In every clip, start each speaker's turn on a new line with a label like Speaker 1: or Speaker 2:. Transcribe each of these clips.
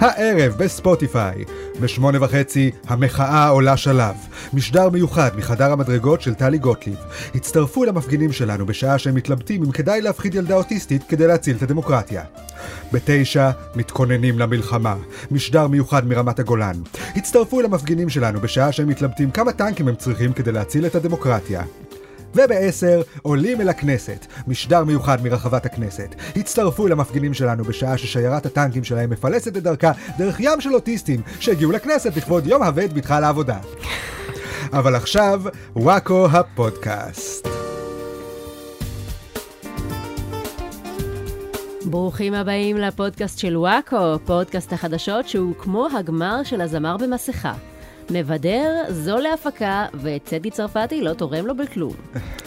Speaker 1: הערב בספוטיפיי. בשמונה וחצי, המחאה עולה שלב. משדר מיוחד מחדר המדרגות של טלי גוטליב. הצטרפו אל המפגינים שלנו בשעה שהם מתלבטים אם כדאי להפחיד ילדה אוטיסטית כדי להציל את הדמוקרטיה. בתשע, מתכוננים למלחמה. משדר מיוחד מרמת הגולן. הצטרפו אל המפגינים שלנו בשעה שהם מתלבטים כמה טנקים הם צריכים כדי להציל את הדמוקרטיה. וב-10 עולים אל הכנסת, משדר מיוחד מרחבת הכנסת. הצטרפו אל המפגינים שלנו בשעה ששיירת הטנקים שלהם מפלסת את דרכה דרך ים של אוטיסטים שהגיעו לכנסת לכבוד יום הבא את בתך לעבודה. אבל עכשיו, וואקו הפודקאסט.
Speaker 2: ברוכים הבאים לפודקאסט של וואקו, פודקאסט החדשות שהוא כמו הגמר של הזמר במסכה. מבדר, זו להפקה, וצדי צרפתי לא תורם לו בכלום.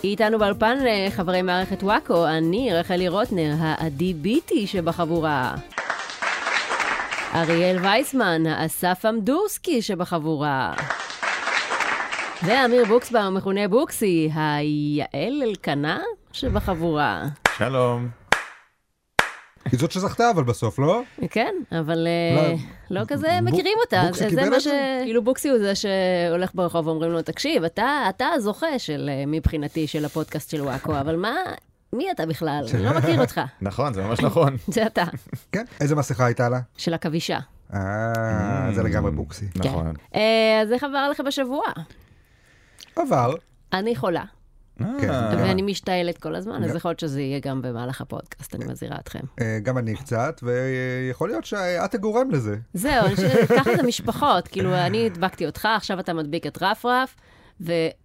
Speaker 2: איתנו באולפן אה, חברי מערכת וואקו, אני רחלי רוטנר, האדיביטי שבחבורה. אריאל וייסמן, האסף עמדורסקי שבחבורה. ואמיר בוקסבר, המכונה בוקסי, היעל אלקנה שבחבורה.
Speaker 3: שלום.
Speaker 1: היא זאת שזכתה אבל בסוף, לא?
Speaker 2: כן, אבל אה, לא כזה
Speaker 1: ב-
Speaker 2: מכירים אותה.
Speaker 1: בוקסי
Speaker 2: זה- זה
Speaker 1: קיבל
Speaker 2: מה
Speaker 1: את
Speaker 2: ש...
Speaker 1: זה?
Speaker 2: כאילו בוקסי הוא זה שהולך ברחוב ואומרים לו, תקשיב, אתה אתה הזוכה של, אה, מבחינתי, של הפודקאסט של וואקו, אבל מה, מי אתה בכלל? אני לא מכיר אותך.
Speaker 3: נכון, זה ממש נכון.
Speaker 2: זה אתה,
Speaker 1: כן. איזה מסכה הייתה לה?
Speaker 2: של עכבישה.
Speaker 1: אה, זה לגמרי בוקסי.
Speaker 3: נכון.
Speaker 2: כן. אה, אז איך עבר לכם השבוע?
Speaker 1: עבר.
Speaker 2: אני חולה,
Speaker 1: כן.
Speaker 3: אה,
Speaker 2: ואני משתעלת כל הזמן, אז יכול להיות שזה יהיה גם במהלך הפודקאסט, אני מזהירה אתכם.
Speaker 1: אה, גם אני קצת, ויכול להיות שאת הגורם לזה.
Speaker 2: זהו, אני חושבת, ככה זה משפחות. כאילו, אני הדבקתי אותך, עכשיו אתה מדביק את רפרף,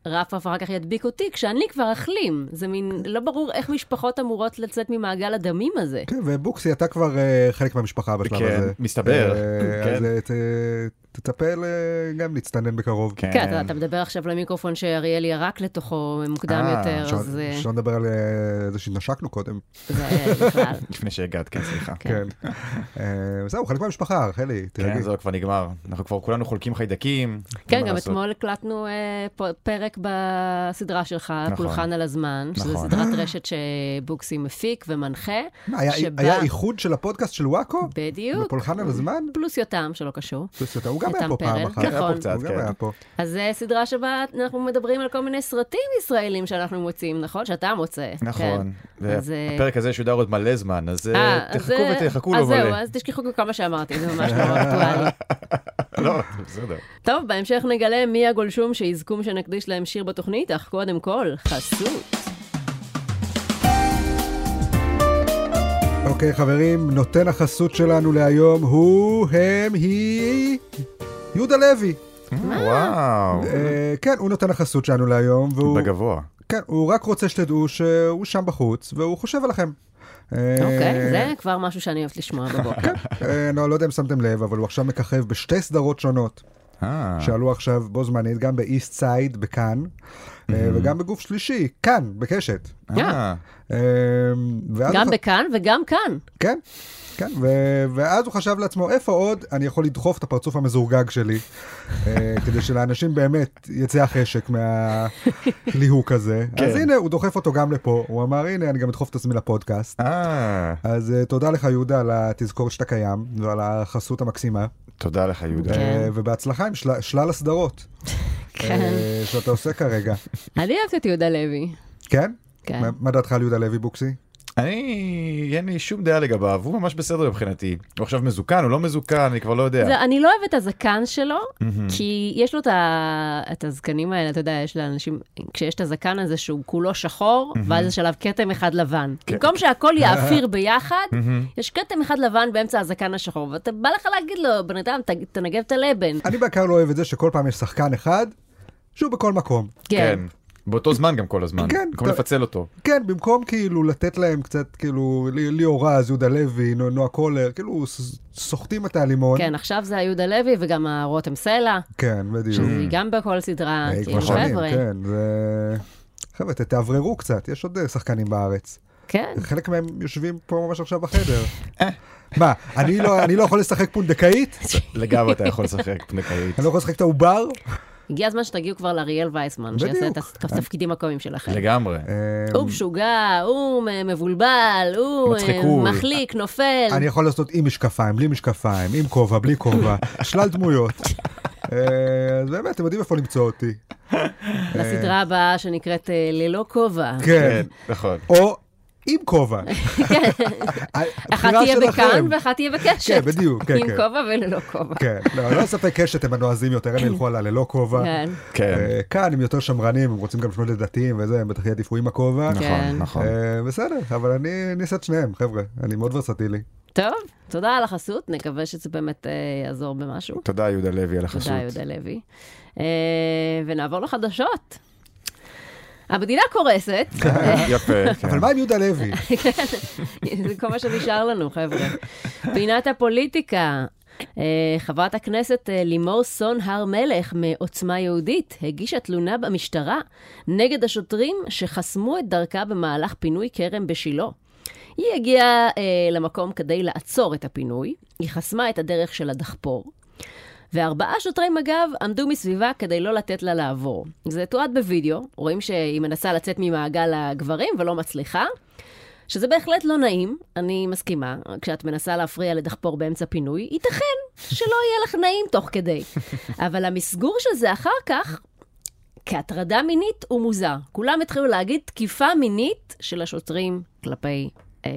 Speaker 2: ורפרף אחר כך ידביק אותי כשאני כבר אכלים. זה מין, לא ברור איך משפחות אמורות לצאת ממעגל הדמים הזה.
Speaker 1: כן, ובוקסי, אתה כבר אה, חלק מהמשפחה בשלב
Speaker 3: כן,
Speaker 1: הזה.
Speaker 3: מסתבר.
Speaker 1: אה,
Speaker 3: כן.
Speaker 1: אז אה, ת- תצפה אה, גם להצטנן בקרוב.
Speaker 2: כן, אתה- אתה מדבר עכשיו למיקרופון שאריאל ירק לתוכו מוקדם
Speaker 3: אה,
Speaker 2: יותר,
Speaker 1: אפשר-
Speaker 2: אז אה,
Speaker 1: אפשר לדבר על אה, זה שהתנשקנו קודם.
Speaker 2: זה אה, בכלל.
Speaker 3: לפני שהגעת, כן, סליחה.
Speaker 2: כן.
Speaker 1: כן. אה, זהו, חלק מהמשפחה, רחלי,
Speaker 3: כן,
Speaker 1: תרגי.
Speaker 3: זהו, כבר נגמר. אנחנו כבר כולנו חולקים חיידקים. אין
Speaker 2: כן,
Speaker 3: מה
Speaker 2: גם
Speaker 3: לעשות.
Speaker 2: אתמול הקלטנו אה, פ- פרק בסדרה שלך,
Speaker 3: נכון.
Speaker 2: פולחן על הזמן, שזו
Speaker 3: נכון.
Speaker 2: סדרת רשת שבוקסי מפיק ומנחה.
Speaker 1: מה, היה-
Speaker 2: שבה-
Speaker 1: היה איחוד של הפודקאסט של וואקו?
Speaker 2: בדיוק.
Speaker 1: בפולחן על הזמן?
Speaker 2: פלוס יותם, שלא קשור.
Speaker 1: פלוס יותר, הוא גם היה
Speaker 2: איתם
Speaker 1: פה פעם
Speaker 2: פרל.
Speaker 1: אחת.
Speaker 3: כן, היה
Speaker 2: נכון.
Speaker 3: פה קצת,
Speaker 1: הוא גם
Speaker 3: כן.
Speaker 1: היה פה.
Speaker 2: אז זו סדרה שבה אנחנו מדברים על כל מיני סרטים ישראלים שאנחנו מוצאים, נכון? שאתה מוצא.
Speaker 3: נכון.
Speaker 2: אז, אה,
Speaker 3: והפרק הזה שודר עוד מלא זמן, אז
Speaker 2: כן.
Speaker 3: אה,
Speaker 2: אה,
Speaker 3: תחכו
Speaker 2: אז, אה,
Speaker 3: ותחכו לו
Speaker 2: אז זהו,
Speaker 3: מלא.
Speaker 2: אז תשכחו מכל מה שאמרתי, זה ממש לא אקטואלי.
Speaker 3: לא, זה בסדר.
Speaker 2: טוב, בהמשך נגלה מי הגולשום שיזכום שנקדיש להם שיר בתוכנית, אך קודם כל, חסות.
Speaker 1: אוקיי, חברים, נותן החסות שלנו להיום הוא, הם, היא, יהודה לוי.
Speaker 3: וואו.
Speaker 1: אה, כן, הוא נותן החסות שלנו להיום, והוא...
Speaker 3: בגבוה.
Speaker 1: כן, הוא רק רוצה שתדעו שהוא שם בחוץ, והוא חושב עליכם.
Speaker 3: אה,
Speaker 2: אוקיי, זה כבר משהו שאני אוהבת לשמוע בבוקר.
Speaker 1: אה, לא, לא יודע אם שמתם לב, אבל הוא עכשיו מככב בשתי סדרות שונות,
Speaker 3: אה,
Speaker 1: שעלו עכשיו בו זמנית, גם באיסט סייד, בכאן, אה, וגם בגוף שלישי, כאן, בקשת.
Speaker 3: אה,
Speaker 1: אה, ואז
Speaker 2: גם
Speaker 3: נכון.
Speaker 1: הוא ח-
Speaker 2: בכאן וגם כאן.
Speaker 1: כן, כן, ו- ואז הוא חשב לעצמו, איפה עוד אני יכול לדחוף את הפרצוף המזורגג שלי, אה, כדי שלאנשים באמת יצא החשק מהליהוק הזה.
Speaker 3: כן.
Speaker 1: אז הנה, הוא דוחף אותו גם לפה, הוא אמר, הנה, אני גם אדחוף את עצמי לפודקאסט.
Speaker 3: אה.
Speaker 1: אז אה, תודה לך, יהודה, על התזכורת שאתה קיים, ועל החסות המקסימה,
Speaker 3: תודה לך, יהודה.
Speaker 2: כן.
Speaker 1: אה, ובהצלחה עם של- שלל הסדרות
Speaker 2: כן.
Speaker 1: אה, שאתה עושה כרגע.
Speaker 2: אני אוהבת את יהודה לוי.
Speaker 1: כן?
Speaker 2: כן.
Speaker 1: מה- מה דעתך על יהודה לוי בוקסי?
Speaker 3: אני, אין לי שום דעה לגביו, הוא ממש בסדר מבחינתי. הוא עכשיו מזוקן, הוא לא מזוקן, אני כבר לא יודע.
Speaker 2: זה, אני לא אוהבת את הזקן שלו, כי יש לו את, ה... את הזקנים האלה, אתה יודע, יש לאנשים, כשיש את הזקן הזה שהוא כולו שחור, ואז יש עליו כתם אחד לבן. במקום שהכל יעפיר ביחד, יש כתם אחד לבן באמצע הזקן השחור, ואתה בא לך להגיד לו, בן אדם, ת- תנגב את הלבן.
Speaker 1: אני בעיקר לא אוהב את זה שכל פעם יש שחקן אחד שהוא בכל מקום.
Speaker 2: כן.
Speaker 3: באותו זמן גם כל הזמן.
Speaker 1: כן,
Speaker 3: במקום
Speaker 1: אתה-
Speaker 3: לפצל אותו.
Speaker 1: כן, במקום כאילו לתת להם קצת, כאילו, לי- ליאור רז, יהודה לוי, נו- נועה קולר, כאילו, ס- סוחטים את הלימון.
Speaker 2: כן, עכשיו זה היהודה לוי וגם הרותם סלע,
Speaker 1: כן, בדיוק.
Speaker 2: שזה גם בכל סדרה,
Speaker 1: אה, כבר
Speaker 2: כאילו,
Speaker 1: שנים,
Speaker 2: חבר'ה.
Speaker 1: כן, זה... חבר'ה, ת- תאווררו קצת, יש עוד אה, שחקנים בארץ.
Speaker 2: כן.
Speaker 1: חלק מהם יושבים פה ממש עכשיו בחדר. מה, אני לא- אני לא יכול לשחק פונדקאית?
Speaker 3: לגמרי אתה יכול לשחק פונדקאית.
Speaker 1: אני לא יכול לשחק את העובר?
Speaker 2: הגיע הזמן שתגיעו כבר לאריאל וייסמן, שיעשה את
Speaker 1: בדיוק.
Speaker 2: התפקידים הקומיים שלכם.
Speaker 3: לגמרי.
Speaker 1: אה,
Speaker 2: הוא משוגע, הוא אה, מבולבל, הוא אה,
Speaker 3: מצחיקול.
Speaker 2: מחליק, נופל.
Speaker 1: אני יכול לעשות עם משקפיים, בלי משקפיים, עם כובע, בלי כובע, שלל דמויות. אה, אז באמת, אתם יודעים איפה למצוא אותי.
Speaker 2: לסדרה הבאה שנקראת אה, ללא כובע.
Speaker 1: כן.
Speaker 3: נכון.
Speaker 1: או עם כובע.
Speaker 2: אחת
Speaker 1: הבחירה
Speaker 2: תהיה
Speaker 1: שלכם.
Speaker 2: בכאן ואחת תהיה בקשת.
Speaker 1: כן, בדיוק, כן,
Speaker 2: עם
Speaker 1: כן.
Speaker 2: כובע וללא כובע.
Speaker 1: כן, לא, לא ספק יש שאתם הנועזים יותר, הם ילכו על הללא כובע.
Speaker 2: כן.
Speaker 3: כן.
Speaker 1: אה, כאן הם יותר שמרנים, הם רוצים גם לפנות לדתיים וזה, הם בטח יעדיפו עם הכובע.
Speaker 3: נכון,
Speaker 2: כן.
Speaker 3: נכון.
Speaker 1: אה, בסדר, אבל אני אני אעשה את שניהם, חבר'ה, אני מאוד ורסטילי.
Speaker 2: טוב, תודה על החסות, נקווה שזה באמת אה, יעזור במשהו.
Speaker 3: תודה, יהודה לוי, על החסות.
Speaker 2: תודה, יהודה לוי. אה, ונעבור לחדשות. המדינה קורסת,
Speaker 3: יפה, כן.
Speaker 1: אבל מה עם יהודה לוי?
Speaker 2: זה כל מה שנשאר לנו, חבר'ה. פינת הפוליטיקה. אה, חברת הכנסת אה, לימור סון הר מלך מעוצמה יהודית הגישה תלונה במשטרה נגד השוטרים שחסמו את דרכה במהלך פינוי כרם בשילה. היא הגיעה אה, למקום כדי לעצור את הפינוי, היא חסמה את הדרך של הדחפור, וארבעה שוטרי מג"ב עמדו מסביבה כדי לא לתת לה לעבור. זה תועד בווידאו, רואים שהיא מנסה לצאת ממעגל הגברים ולא מצליחה, שזה בהחלט לא נעים, אני מסכימה. כשאת מנסה להפריע לדחפור באמצע פינוי, ייתכן שלא יהיה לך נעים תוך כדי. אבל המסגור של זה אחר כך, כהטרדה מינית, הוא מוזר. כולם התחילו להגיד תקיפה מינית של השוטרים כלפי... אה,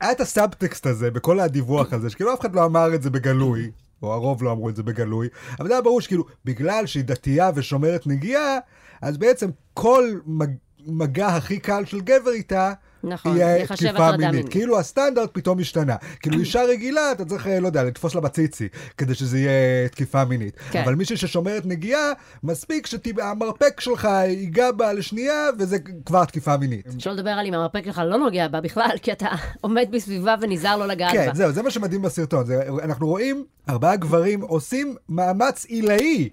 Speaker 1: היה את הסאבטקסט הזה בכל הדיווח הזה, שכאילו אף אחד לא אמר את זה בגלוי, או הרוב לא אמרו את זה בגלוי, אבל זה היה ברור שכאילו, בגלל שהיא דתייה ושומרת נגיעה, אז בעצם כל מג... מגע הכי קל של גבר איתה,
Speaker 2: נכון,
Speaker 1: יהיה
Speaker 2: ייחשב
Speaker 1: תקיפה
Speaker 2: הטרדה
Speaker 1: מינית.
Speaker 2: מינית. כן.
Speaker 1: כאילו הסטנדרט פתאום השתנה. כאילו אישה רגילה, אתה צריך, אה, לא יודע, לתפוס לה בציצי, כדי שזה יהיה תקיפה מינית.
Speaker 2: כן.
Speaker 1: אבל מישהי ששומרת נגיעה, מספיק שהמרפק שלך ייגע בה לשנייה, וזה כבר תקיפה מינית.
Speaker 2: שלא לדבר על אם המרפק שלך לא נוגע בה בכלל, כי אתה עומד בסביבה ונזהר לא לגעת
Speaker 1: כן,
Speaker 2: בה.
Speaker 1: זהו, זה מה שמדהים בסרטון. זה, אנחנו רואים ארבעה גברים עושים מאמץ עילאי.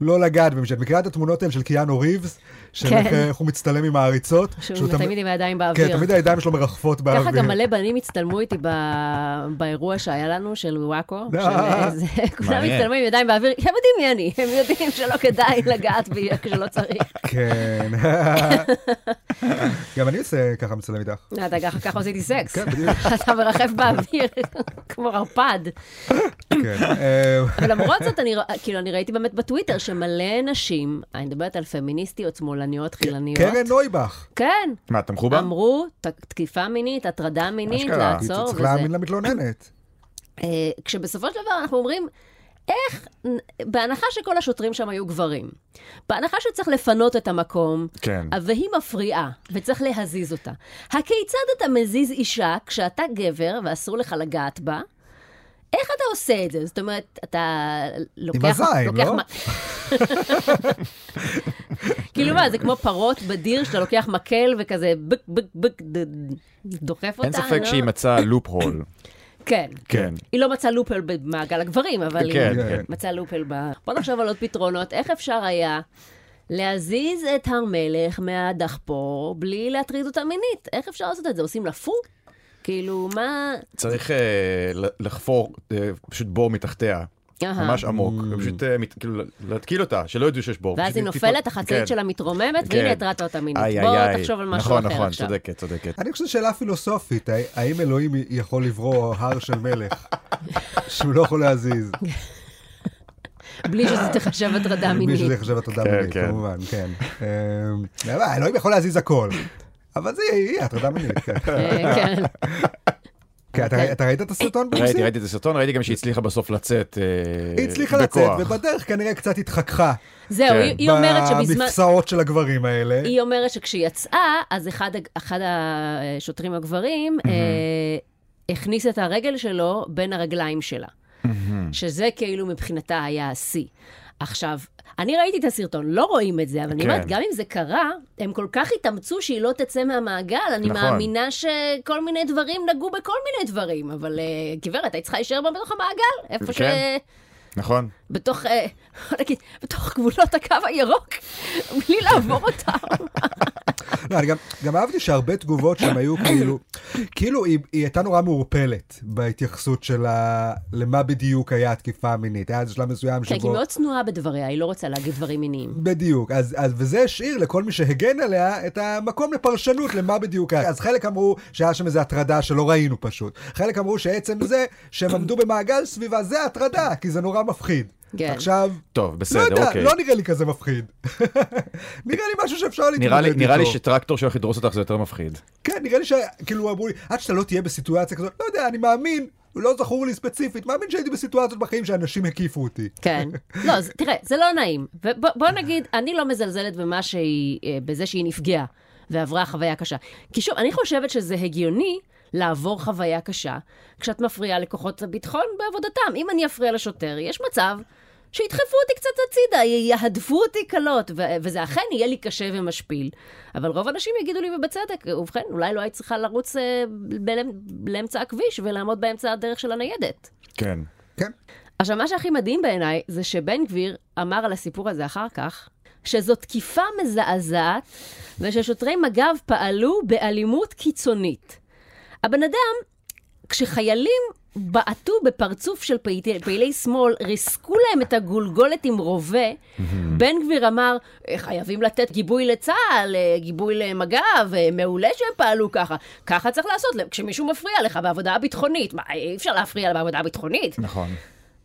Speaker 1: לא לגעת בהם, שאת מכירה את התמונות האלה של קיאנו ריבס, של
Speaker 2: כן.
Speaker 1: איך- איך הוא מצטלם עם העריצות.
Speaker 2: שהוא תמיד עם הידיים באוויר.
Speaker 1: כן, תמיד הידיים שלו מרחפות באוויר.
Speaker 2: ככה גם מלא בנים הצטלמו איתי ב- באירוע שהיה לנו, של וואקו.
Speaker 1: לא.
Speaker 2: של איזה- כולם
Speaker 3: מעניין.
Speaker 2: הצטלמו עם ידיים באוויר, הם יודעים מי אני, הם יודעים שלא כדאי לגעת בי כשלא צריך.
Speaker 1: כן. גם אני עושה ככה מצלם איתך.
Speaker 2: לא, אתה ככה ככה עשיתי סקס.
Speaker 1: כן, בדיוק.
Speaker 2: אתה מרחף באוויר כמו ערפד.
Speaker 1: כן. אה,
Speaker 2: ולמרות זאת, אני ר- כאילו, אני ראיתי באמת בטוויטר שמלא נשים, אני מדברת על פמיניסטיות, שמאלניות, חילניות.
Speaker 1: כן, קרן נויבך.
Speaker 2: כן,
Speaker 3: מה, תמכו בה?
Speaker 2: אמרו, ת- תקיפה מינית, הטרדה מינית,
Speaker 3: אשכרה.
Speaker 1: כי
Speaker 2: לעצור
Speaker 1: צריך
Speaker 2: וזה.
Speaker 1: להאמין למתלוננת.
Speaker 2: אה, כשבסופו של דבר אנחנו אומרים, איך, בהנחה שכל השוטרים שם היו גברים, בהנחה שצריך לפנות את המקום,
Speaker 3: כן.
Speaker 2: והיא מפריעה, וצריך להזיז אותה. הכיצד אתה מזיז אישה כשאתה גבר ואסור לך לגעת בה? איך אתה עושה את זה? זאת אומרת, אתה לוקח...
Speaker 1: הזין,
Speaker 2: לוקח
Speaker 1: לא?
Speaker 2: מ- כאילו מה, זה כמו פרות בדיר שאתה לוקח מקל וכזה בק בק בק ד- דוחף אותה?
Speaker 3: אין ספק
Speaker 2: לא?
Speaker 3: שהיא מצאה לופ הול.
Speaker 2: כן.
Speaker 3: כן.
Speaker 2: היא לא מצאה לופל במעגל הגברים, אבל
Speaker 3: כן,
Speaker 2: היא
Speaker 1: כן.
Speaker 2: מצאה לופל ב... בוא נחשוב על עוד פתרונות. איך אפשר היה להזיז את הר מלך מהדחפור בלי להטריד אותה מינית? איך אפשר לעשות את זה? עושים לה פו? כאילו, מה...
Speaker 3: צריך אה, ל- לחפור אה, פשוט בור מתחתיה.
Speaker 2: אהה.
Speaker 3: ממש עמוק, ופשוט אה, מת- כאילו להתקיל אותה, שלא ידעו שיש בור.
Speaker 2: ואז
Speaker 3: פשוט
Speaker 2: היא
Speaker 3: תתפוט-
Speaker 2: נופלת, החצאית
Speaker 3: כן.
Speaker 2: שלה מתרוממת,
Speaker 3: כן.
Speaker 2: והנה הטרדת אותה מינית.
Speaker 3: איי, איי,
Speaker 2: בוא
Speaker 3: איי.
Speaker 2: תחשוב על משהו
Speaker 3: נכון,
Speaker 2: אחר
Speaker 3: נכון,
Speaker 2: עכשיו.
Speaker 3: צודקת, צודקת.
Speaker 1: אני חושב שאלה פילוסופית, הא- האם אלוהים יכול לברוא הר של מלך שהוא לא יכול להזיז?
Speaker 2: בלי שזה תחשב הטרדה
Speaker 1: מי שזה
Speaker 2: מינית.
Speaker 1: יחשב הטרדה
Speaker 3: כן,
Speaker 1: מינית,
Speaker 3: כן.
Speaker 1: כמובן, כן. אמ, אבל אלוהים יכול להזיז הכל. אבל זה יהיה הטרדה מינית, כן.
Speaker 2: אה, כן.
Speaker 1: כן, אתה- אתה ראית את הסרטון ברוסי?
Speaker 3: ראיתי, ראיתי את הסרטון, ראיתי גם שהיא הצליחה בסוף לצאת אה,
Speaker 1: היא הצליחה לצאת,
Speaker 3: בכוח.
Speaker 1: ובדרך כנראה קצת התחככה.
Speaker 3: כן.
Speaker 2: זהו, היא- היא אומרת שבזמן...
Speaker 1: במפסעות של הגברים האלה.
Speaker 2: היא אומרת שכשהיא יצאה, אז אחד, הג- אחד השוטרים הגברים אה, הכניס את הרגל שלו בין הרגליים שלה, שזה כאילו מבחינתה היה השיא. עכשיו, אני ראיתי את הסרטון, לא רואים את זה, אבל אני
Speaker 3: כן.
Speaker 2: אומרת, גם אם זה קרה, הם כל כך התאמצו שהיא לא תצא מהמעגל. אני
Speaker 3: נכון.
Speaker 2: מאמינה שכל מיני דברים נגעו בכל מיני דברים, אבל אה, גברת, היית צריכה להישאר בה בתוך המעגל, איפה ש...
Speaker 3: כן. נכון.
Speaker 2: בתוך, אה, בוא נגיד, בתוך גבולות הקו הירוק, בלי לעבור אותם.
Speaker 1: לא, אני גם- גם אהבתי שהרבה תגובות שם היו כאילו, כאילו היא, היא הייתה נורא מעורפלת בהתייחסות שלה למה בדיוק היה התקיפה המינית. היה איזה שלב מסוים
Speaker 2: כן, כי
Speaker 1: שבו...
Speaker 2: היא מאוד צנועה בדבריה, היא לא רוצה להגיד דברים מיניים.
Speaker 1: בדיוק, אז, אז וזה השאיר לכל מי שהגן עליה את המקום לפרשנות למה בדיוק היה. אז חלק אמרו שהיה שם איזו הטרדה שלא ראינו פשוט. חלק אמרו שעצם זה שהם עמדו במעגל סביבה זה הטרדה, כי זה נורא מפחיד.
Speaker 2: כן.
Speaker 1: עכשיו,
Speaker 3: טוב,
Speaker 1: לא
Speaker 3: בסדר,
Speaker 1: יודע,
Speaker 3: אוקיי.
Speaker 1: לא נראה לי כזה מפחיד. נראה לי משהו שאפשר להתמודד
Speaker 3: נראה לי-
Speaker 1: איתו.
Speaker 3: נראה לי שטרקטור שהולך לדרוס אותך זה יותר מפחיד.
Speaker 1: כן, נראה לי שכאילו אמרו לי, עד שאתה לא תהיה בסיטואציה כזאת, לא יודע, אני מאמין, לא זכור לי ספציפית, מאמין שהייתי בסיטואציות בחיים שאנשים הקיפו אותי.
Speaker 2: כן. לא, זה, תראה, זה לא נעים. ובוא נגיד, אני לא מזלזלת במה שהיא, אה, בזה שהיא נפגעה ועברה חוויה קשה. כי שוב, אני חושבת שזה הגיוני לעבור חוויה קשה כשאת מפריעה לכוחות הביטחון בעבודתם. אם אני אפריע לשוטר, יש מצב שידחפו אותי קצת הצידה, י- יהדפו אותי קלות, ו- וזה אכן יהיה לי קשה ומשפיל. אבל רוב האנשים יגידו לי, ובצדק, ובכן, אולי לא היית צריכה לרוץ אה, בלמ- לאמצע הכביש ולעמוד באמצע הדרך של הניידת.
Speaker 3: כן.
Speaker 1: כן.
Speaker 2: עכשיו, מה שהכי מדהים בעיניי, זה שבן גביר אמר על הסיפור הזה אחר כך, שזו תקיפה מזעזעת, וששוטרי מג"ב פעלו באלימות קיצונית. הבן אדם, כשחיילים בעטו בפרצוף של פעילי, פעילי שמאל, ריסקו להם את הגולגולת עם רובה, בן גביר אמר, "אה, חייבים לתת גיבוי לצה"ל, אה, גיבוי למג"ב, אה, מעולה שהם פעלו ככה. ככה צריך לעשות, כשמישהו מפריע לך בעבודה הביטחונית. מה, אי אפשר להפריע בעבודה הביטחונית?
Speaker 3: נכון.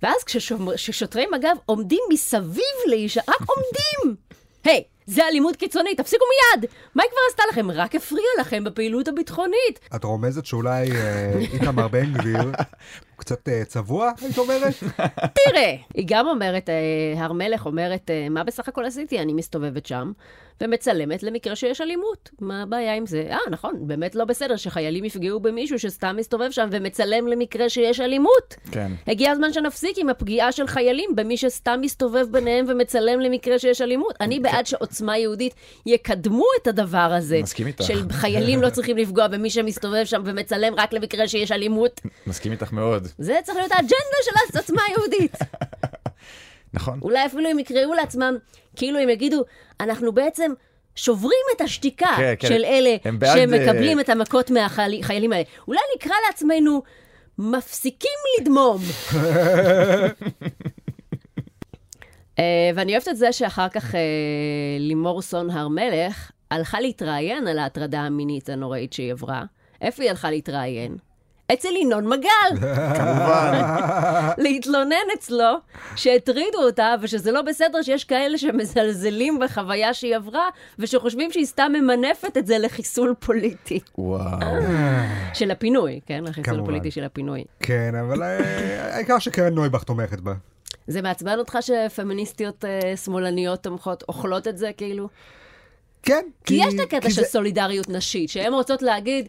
Speaker 2: ואז כששומר- כששוטרי מג"ב עומדים מסביב לאישה, רק עומדים! היי, זה אלימות קיצונית, תפסיקו מיד! מה היא כבר עשתה לכם? רק הפריעה לכם בפעילות הביטחונית.
Speaker 1: את רומזת שאולי אה, איתמר בן גביר קצת אה, צבוע, היית אומרת?
Speaker 2: תראה! היא גם אומרת, אה, הר מלך אומרת, אה, מה בסך הכל עשיתי? אני מסתובבת שם ומצלמת למקרה שיש אלימות. מה הבעיה עם זה? אה, נכון, באמת לא בסדר שחיילים יפגעו במישהו שסתם מסתובב שם ומצלם למקרה שיש אלימות.
Speaker 3: כן.
Speaker 2: הגיע הזמן שנפסיק עם הפגיעה של חיילים במי שסתם מסתובב ביניהם ומצלם למקרה שיש אלימות.
Speaker 3: כן.
Speaker 2: אני בעד שעוצמה יהודית יקדמו את הדבר הזה.
Speaker 3: מסכים איתך.
Speaker 2: של חיילים לא צריכים לפגוע במי שמסתובב שם ומצלם רק למקרה שיש אלימות.
Speaker 3: מסכים איתך מאוד.
Speaker 2: זה צריך להיות האג'נדה של עוצמה יהודית.
Speaker 3: נכון.
Speaker 2: אולי אפילו הם יקראו לעצמם, כאילו הם יגידו, אנחנו בעצם... שוברים את השתיקה
Speaker 3: כן, כן.
Speaker 2: של אלה
Speaker 3: הם בעד,
Speaker 2: שמקבלים
Speaker 3: אה,
Speaker 2: את המכות מהחיילים האלה. אולי נקרא לעצמנו, מפסיקים לדמום. אה, ואני אוהבת את זה שאחר כך אה, לימור סון הר מלך הלכה להתראיין על ההטרדה המינית הנוראית שהיא עברה. איפה היא הלכה להתראיין? אצל ינון מגל,
Speaker 3: כמובן.
Speaker 2: להתלונן אצלו שהטרידו אותה ושזה לא בסדר שיש כאלה שמזלזלים בחוויה שהיא עברה ושחושבים שהיא סתם ממנפת את זה לחיסול פוליטי
Speaker 3: וואו.
Speaker 2: של הפינוי, כן? לחיסול
Speaker 1: כמובן.
Speaker 2: הפוליטי של הפינוי.
Speaker 1: כן, אבל אה, העיקר שקרן נויבך תומכת בה.
Speaker 2: זה מעצבן אותך שפמיניסטיות אה, שמאלניות תומכות, אוכלות את זה כאילו?
Speaker 1: כן.
Speaker 2: כי יש את הקטע
Speaker 1: כי
Speaker 2: של
Speaker 1: זה-
Speaker 2: סולידריות נשית, שהן רוצות להגיד,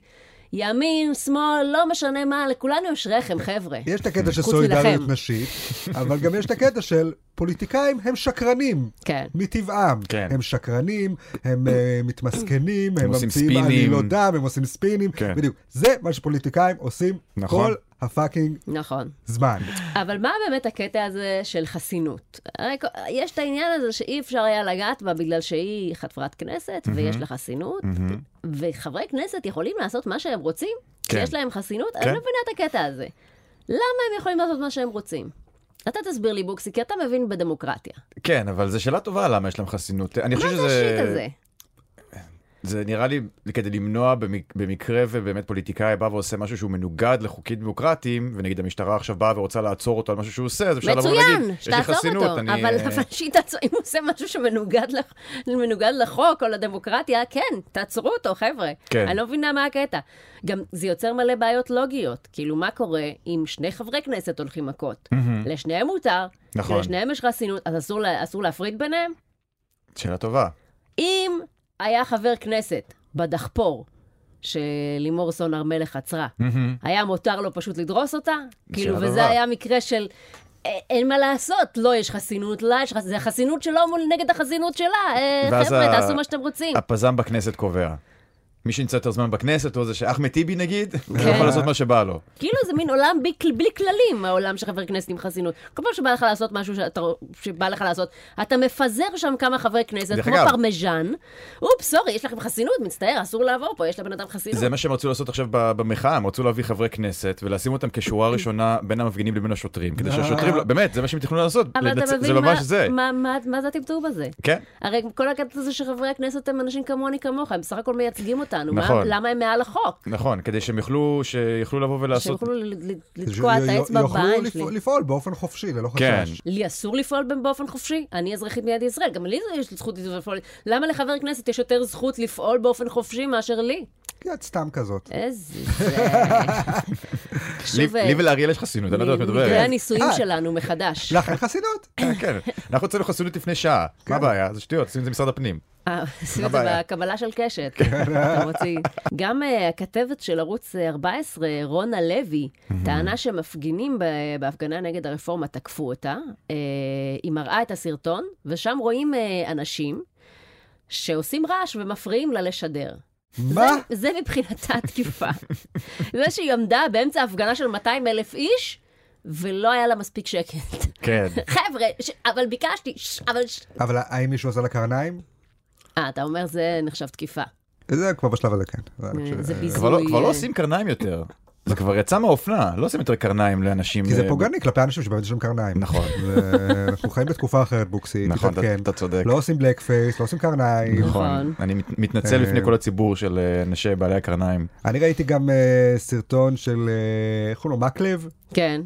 Speaker 2: ימין, שמאל, לא משנה מה, לכולנו יש רחם, חבר'ה.
Speaker 1: יש את הקטע של
Speaker 2: חוץ
Speaker 1: סולידריות
Speaker 2: מלכם.
Speaker 1: נשית, אבל גם יש את הקטע של פוליטיקאים הם שקרנים.
Speaker 2: כן.
Speaker 1: מטבעם.
Speaker 3: כן.
Speaker 1: הם שקרנים, הם אה, מתמסכנים, הם
Speaker 3: עושים
Speaker 1: ממציאים
Speaker 3: ספינים.
Speaker 1: עלילות דם, הם עושים ספינים.
Speaker 3: כן.
Speaker 1: בדיוק. זה מה שפוליטיקאים עושים
Speaker 3: נכון.
Speaker 1: כל הפאקינג
Speaker 2: נכון.
Speaker 1: זמן.
Speaker 2: אבל מה באמת הקטע הזה של חסינות? הרי כל- יש את העניין הזה שאי אפשר היה לגעת בה בגלל שהיא חברת כנסת ויש לה חסינות, וחברי כנסת יכולים לעשות מה שהם רוצים, כי
Speaker 3: כן.
Speaker 2: יש להם חסינות? אני
Speaker 3: כן.
Speaker 2: לא מבינה את הקטע הזה. למה הם יכולים לעשות מה שהם רוצים? אתה תסביר לי, בוקסי, כי אתה מבין בדמוקרטיה.
Speaker 3: כן, אבל זו שאלה טובה למה יש להם חסינות. אני חושב
Speaker 2: מה זה השיט הזה?
Speaker 3: שזה... זה נראה לי כדי למנוע במק- במקרה ובאמת פוליטיקאי בא ועושה משהו שהוא מנוגד לחוקים דמוקרטיים, ונגיד המשטרה עכשיו באה ורוצה לעצור אותו על משהו שהוא עושה, אז אפשר לבוא ולהגיד,
Speaker 2: מצוין,
Speaker 3: יש לי
Speaker 2: שתעצור
Speaker 3: חסינות,
Speaker 2: אותו,
Speaker 3: אני...
Speaker 2: אבל
Speaker 3: אה,
Speaker 2: אבל שהיא תעצור, אם הוא עושה משהו שמנוגד לח- מנוגד לחוק או לדמוקרטיה, כן, תעצרו אותו, חבר'ה.
Speaker 3: כן.
Speaker 2: אני לא מבינה מה הקטע. גם זה יוצר מלא בעיות לוגיות. כאילו, מה קורה אם שני חברי כנסת הולכים מכות? לשניהם מותר,
Speaker 3: נכון.
Speaker 2: לשניהם יש חסינות, אז אסור לה- אסור להפריד ביניהם?
Speaker 3: שאלה טובה.
Speaker 2: אם היה חבר כנסת בדחפור, שלימור סון הר מלך עצרה, היה מותר לו פשוט לדרוס אותה? כאילו,
Speaker 3: שאלה
Speaker 2: וזה
Speaker 3: טובה.
Speaker 2: היה מקרה של... "א- אין מה לעשות, לא, יש חסינות לה, יש חס... זה החסינות שלו מול נגד החסינות שלה. אה,
Speaker 3: ואז
Speaker 2: חבר'ה,
Speaker 3: ה-
Speaker 2: תעשו מה שאתם רוצים.
Speaker 3: הפזם בכנסת קובע. מי שנמצא יותר זמן בכנסת, או זה שאחמד טיבי נגיד, הוא
Speaker 2: כן.
Speaker 3: יכול לעשות מה שבא לו.
Speaker 2: כאילו זה מין עולם בלי, כל- בלי כללים, העולם של חבר כנסת עם חסינות. כל פעם שבא לך לעשות משהו שאתה, שבא לך לעשות, אתה מפזר שם כמה חברי כנסת,
Speaker 3: דרך
Speaker 2: כמו
Speaker 3: אגב.
Speaker 2: פרמיז'ן. אופס, סורי, יש לכם חסינות, מצטער, אסור לעבור פה, יש לבן אדם חסינות.
Speaker 3: זה מה שהם רצו לעשות עכשיו ב- במחאה, הם רצו להביא חברי כנסת ולשים אותם כשורה ראשונה בין המפגינים לבין השוטרים, כדי שהשוטרים, לא- באמת, זה מה שהם תכננו לעשות,
Speaker 2: אה. אבל
Speaker 3: לנצ-
Speaker 2: אתה
Speaker 3: זה
Speaker 2: מבין
Speaker 3: ממש
Speaker 2: מה,
Speaker 3: זה.
Speaker 2: מה, מה, מה זה הטמטום הזה?
Speaker 3: כן,
Speaker 2: הרי כל הקטע הזה שחברי הכנסת הם אנשים כמוני כמוך, הם בסך הכל מייצגים אותנו. מה,
Speaker 3: נכון.
Speaker 2: למה הם מעל החוק?
Speaker 3: נכון, כדי שהם יוכלו, שיוכלו לבוא
Speaker 2: שהם
Speaker 3: ולעשות...
Speaker 2: יוכלו ל- ל- לתקוע
Speaker 1: ש-
Speaker 2: את
Speaker 1: י-
Speaker 2: האצבע
Speaker 1: יוכלו
Speaker 2: בעין
Speaker 1: לפע-
Speaker 2: שלי.
Speaker 1: לפעול באופן חופשי, ללא חשש.
Speaker 3: כן.
Speaker 2: לי אסור לפעול באופן חופשי? אני אזרחית מדינת ישראל, גם לי יש זכות לפעול. למה לחבר כנסת יש יותר זכות לפעול באופן חופשי מאשר לי?
Speaker 1: יד כן, סתם כזאת.
Speaker 2: איזה זה...
Speaker 3: לי-
Speaker 2: שוב, אה, כן.
Speaker 3: לי ולאריאל יש חסינות, אני לא יודע איך את
Speaker 2: מקרה
Speaker 3: מדברת.
Speaker 2: הנישואים
Speaker 1: אה.
Speaker 2: שלנו
Speaker 3: לא,
Speaker 2: מחדש.
Speaker 1: לך אין חסינות?
Speaker 3: כן, כן. אנחנו הוצאנו חסינות לפני שעה.
Speaker 2: כן.
Speaker 3: מה הבעיה? זה שטויות, עושים את זה משרד הפנים.
Speaker 2: אה, עשינו את זה
Speaker 3: הבעיה?
Speaker 2: בקבלה של קשת. אתה מוציא. גם אה, הכתבת של ערוץ אה, 14, רונה לוי, טענה שמפגינים ב- בהפגנה נגד הרפורמה תקפו אותה. אה, היא מראה את הסרטון, ושם רואים אה, אנשים שעושים רעש ומפריעים לה לשדר.
Speaker 1: מה?
Speaker 2: זה, זה מבחינתה תקיפה. זה שהיא עמדה באמצע הפגנה של 200 אלף איש, ולא היה לה מספיק שקט.
Speaker 3: כן.
Speaker 2: חבר'ה, ש... אבל ביקשתי, ש... אבל... ש-
Speaker 1: אבל האם מישהו עשה לה קרניים?
Speaker 2: אה, אתה אומר זה נחשב תקיפה.
Speaker 1: זה כבר בשלב הזה, כן. זה אני חושב-
Speaker 2: אה, זה ביזוי.
Speaker 3: כבר לא- כבר לא
Speaker 2: אה,
Speaker 3: עושים קרניים יותר. זה כבר יצא מהאופנה, לא עושים יותר קרניים לאנשים.
Speaker 1: כי זה
Speaker 3: אה,
Speaker 1: פוגעני כלפי אנשים שבאמת יש להם קרניים.
Speaker 3: נכון.
Speaker 1: זה- אנחנו חיים בתקופה אחרת, בוקסי,
Speaker 3: נכון, אתה-
Speaker 1: תתעדכן.
Speaker 3: אתה צודק.
Speaker 1: לא עושים בלק פייס, לא עושים קרניים.
Speaker 3: נכון.
Speaker 2: נכון.
Speaker 3: אני מת-
Speaker 1: אה,
Speaker 3: מתנצל לפני כל הציבור של אה, אנשי בעלי הקרניים.
Speaker 1: אני ראיתי גם אה, סרטון של, אה, איך קוראים לו, מקלב,
Speaker 2: כן.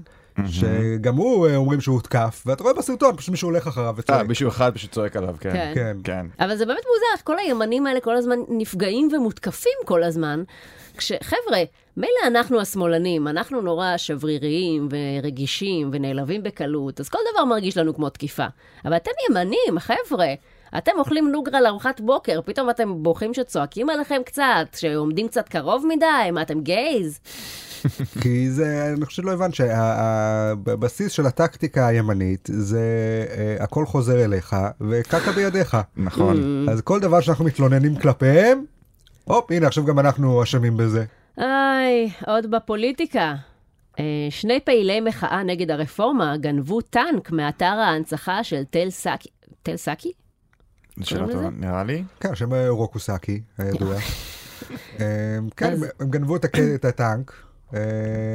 Speaker 1: שגם הוא אה, אומרים שהוא הותקף, ואתה רואה בסרטון פשוט מישהו הולך אחריו
Speaker 3: אה,
Speaker 1: וצועק.
Speaker 3: מישהו אחד פשוט צועק עליו, כן.
Speaker 2: כן.
Speaker 1: כן.
Speaker 3: כן.
Speaker 2: אבל זה באמת מוזר, איך כל הימנים האלה כל הזמן נפגעים ומותקפים כל הזמן. כשחבר'ה, מילא אנחנו השמאלנים, אנחנו נורא שבריריים ורגישים ונעלבים בקלות, אז כל דבר מרגיש לנו כמו תקיפה. אבל אתם ימנים, חבר'ה. אתם אוכלים נוגרה לארוחת בוקר, פתאום אתם בוכים שצועקים עליכם קצת, שעומדים קצת קרוב מדי, מה אתם גייז?
Speaker 1: כי זה, אני חושב שלא הבנת שהבסיס של הטקטיקה הימנית זה אה, הכל חוזר אליך וקקה בידיך.
Speaker 2: אה,
Speaker 3: נכון.
Speaker 2: Mm.
Speaker 1: אז כל דבר שאנחנו מתלוננים כלפיהם, הופ, הנה עכשיו גם אנחנו אשמים בזה.
Speaker 2: איי, עוד בפוליטיקה. אה, שני פעילי מחאה נגד הרפורמה גנבו טנק מאתר ההנצחה של תל סאקי. תל סאקי?
Speaker 3: זו שאלה
Speaker 2: קוראים
Speaker 3: טובה, נראה לי.
Speaker 1: כן, השם אה, רוקוסקי הידוע. אה, כן,
Speaker 2: אז-
Speaker 1: הם- הם גנבו את הק- את הטנק. אה,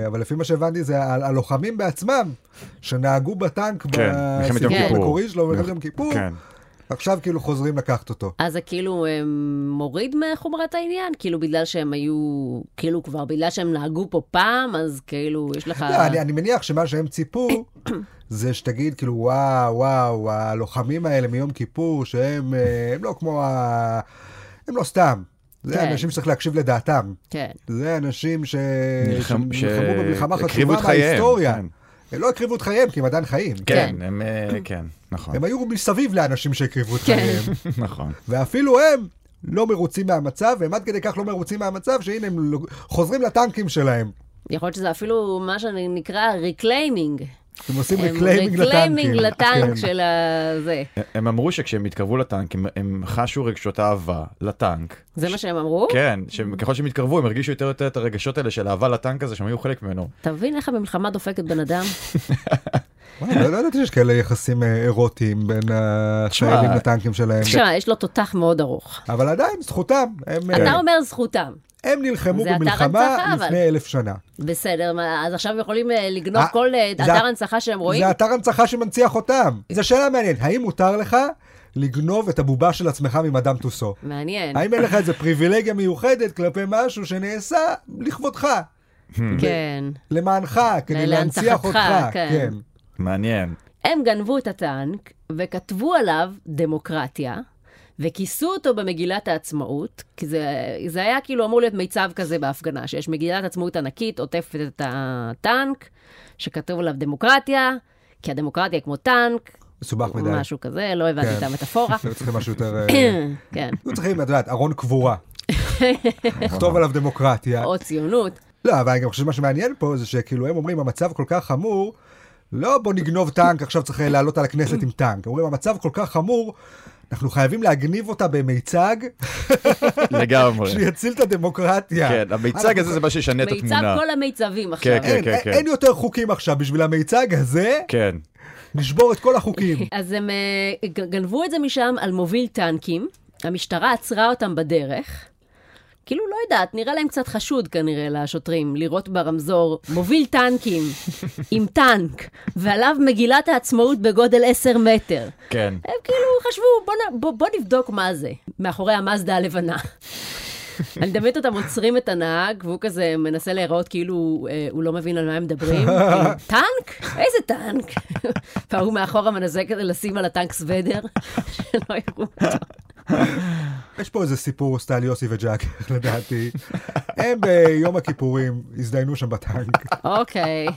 Speaker 1: אבל לפי מה שהבנתי זה ה- הלוחמים בעצמם שנהגו בטנק
Speaker 3: כן, מלחמת יום
Speaker 1: בסיפור
Speaker 2: כיפור.
Speaker 1: המקורי שלו במלחמת יום כיפור,
Speaker 3: כן.
Speaker 1: עכשיו כאילו חוזרים לקחת אותו.
Speaker 2: אז זה כאילו אה, מוריד מחומרת העניין? כאילו בגלל שהם היו, כאילו כבר בגלל שהם נהגו פה פעם, אז כאילו יש לך...
Speaker 1: לא, אני, אני מניח שמה שהם ציפו זה שתגיד כאילו וואו וואו הלוחמים האלה מיום כיפור שהם אה, הם לא כמו ה... הם לא סתם. זה
Speaker 2: כן.
Speaker 1: אנשים שצריך להקשיב לדעתם.
Speaker 2: כן.
Speaker 1: זה אנשים ש...
Speaker 3: נלחם-
Speaker 1: שנלחמו
Speaker 3: ש-
Speaker 1: במלחמה
Speaker 3: הקריבו
Speaker 1: חשובה
Speaker 3: את חייהם,
Speaker 1: מההיסטוריה.
Speaker 3: כן.
Speaker 1: הם לא הקריבו את חייהם כי הם עדיין חיים.
Speaker 3: כן, הם... אה, כן, נכון.
Speaker 1: הם היו מסביב לאנשים שהקריבו את
Speaker 2: כן.
Speaker 1: חייהם.
Speaker 3: נכון.
Speaker 1: ואפילו הם לא מרוצים מהמצב, והם עד כדי כך לא מרוצים מהמצב, שהנה הם ל- חוזרים לטנקים שלהם.
Speaker 2: יכול להיות שזה אפילו מה שנקרא ריקליימינג.
Speaker 1: הם עושים
Speaker 2: הם
Speaker 1: ריקליימינג לטנקים.
Speaker 2: reclaiming לטנק
Speaker 1: כאילו. כן.
Speaker 2: של הזה.
Speaker 3: הם אמרו שכשהם התקרבו לטנק, הם- הם חשו רגשות אהבה לטנק.
Speaker 2: זה מה שהם אמרו?
Speaker 3: כן, שככל שהם התקרבו, הם הרגישו יותר יותר את הרגשות האלה של אהבה לטנק הזה, שהם היו חלק ממנו.
Speaker 2: אתה מבין איך המלחמה דופקת בן אדם?
Speaker 1: כן. וואי, לא לא ידעתי שיש כאלה יחסים אה, אירוטיים בין החיילים לטנקים שלהם.
Speaker 2: תשמע, יש לו תותח מאוד ארוך.
Speaker 1: אבל עדיין, זכותם. הם, אה,
Speaker 2: אתה אומר זכותם.
Speaker 1: הם נלחמו
Speaker 2: זה אתר
Speaker 1: במלחמה
Speaker 2: הנצחה, אבל.
Speaker 1: לפני אלף שנה.
Speaker 2: בסדר, מה, אז עכשיו הם יכולים אה, לגנוב
Speaker 1: אה,
Speaker 2: כל אה,
Speaker 1: זה-
Speaker 2: אתר הנצחה שהם רואים?
Speaker 1: זה אתר הנצחה שמנציח אותם. זו שאלה מעניינת, האם מותר לך לגנוב את הבובה של עצמך ממאדם טוסו?
Speaker 2: מעניין.
Speaker 1: האם אין לך איזו פריבילגיה מיוחדת כלפי משהו שנעשה לכבודך,
Speaker 2: כן.
Speaker 1: למענך, כדי
Speaker 2: להנצחתך,
Speaker 1: להנציח אותך?
Speaker 2: כן.
Speaker 1: כן.
Speaker 3: מעניין.
Speaker 2: הם גנבו את הטנק וכתבו עליו דמוקרטיה, וכיסו אותו במגילת העצמאות, כי זה, זה היה כאילו אמור להיות מיצב כזה בהפגנה, שיש מגילת עצמאות ענקית עוטפת את הטנק, שכתוב עליו דמוקרטיה, כי הדמוקרטיה כמו טנק,
Speaker 1: מסובך מדי.
Speaker 2: משהו כזה, לא הבנתי
Speaker 1: כן.
Speaker 2: את המטאפורה.
Speaker 1: היו צריכים משהו יותר... אה,
Speaker 2: כן,
Speaker 1: היו צריכים, את יודעת, ארון קבורה. לכתוב עליו דמוקרטיה.
Speaker 2: או ציונות.
Speaker 1: לא, אבל אני גם חושב שמה שמעניין פה זה שכאילו הם אומרים המצב כל כך חמור, אה, לא בוא נגנוב טנק, עכשיו צריך לעלות על הכנסת עם טנק. אומרים המצב כל כך חמור, אנחנו חייבים להגניב אותה במיצג
Speaker 3: לגמרי.
Speaker 1: שיציל את הדמוקרטיה.
Speaker 3: כן, המיצג הזה זה מה שישנה את
Speaker 2: מיצב
Speaker 3: התמונה.
Speaker 2: כל המיצבים עכשיו.
Speaker 3: כן,
Speaker 1: אין, אין- אין יותר חוקים עכשיו בשביל המיצג הזה,
Speaker 3: כן.
Speaker 1: נשבור את כל החוקים.
Speaker 2: אז הם אה, ג- גנבו את זה משם על מוביל טנקים, המשטרה עצרה אותם בדרך. כאילו, לא יודעת, נראה להם קצת חשוד כנראה לשוטרים, לראות ברמזור מוביל טנקים עם טנק, ועליו מגילת העצמאות בגודל 10 מטר.
Speaker 3: כן.
Speaker 2: הם כאילו חשבו, בוא, נ- בוא, בוא נבדוק מה זה, מאחורי המאזדה הלבנה. אני מדמיינת אותם עוצרים את הנהג, והוא כזה מנסה להיראות כאילו אה, הוא לא מבין על מה הם מדברים. כאילו, טנק? איזה טנק? וההוא מאחורה מנסה כזה לשים על הטנק סוודר, שלא יראו אותו.
Speaker 1: יש פה איזה סיפור סטייל יוסי וג'אק, לדעתי. הם ביום הכיפורים הזדיינו שם בטנק.
Speaker 2: אוקיי.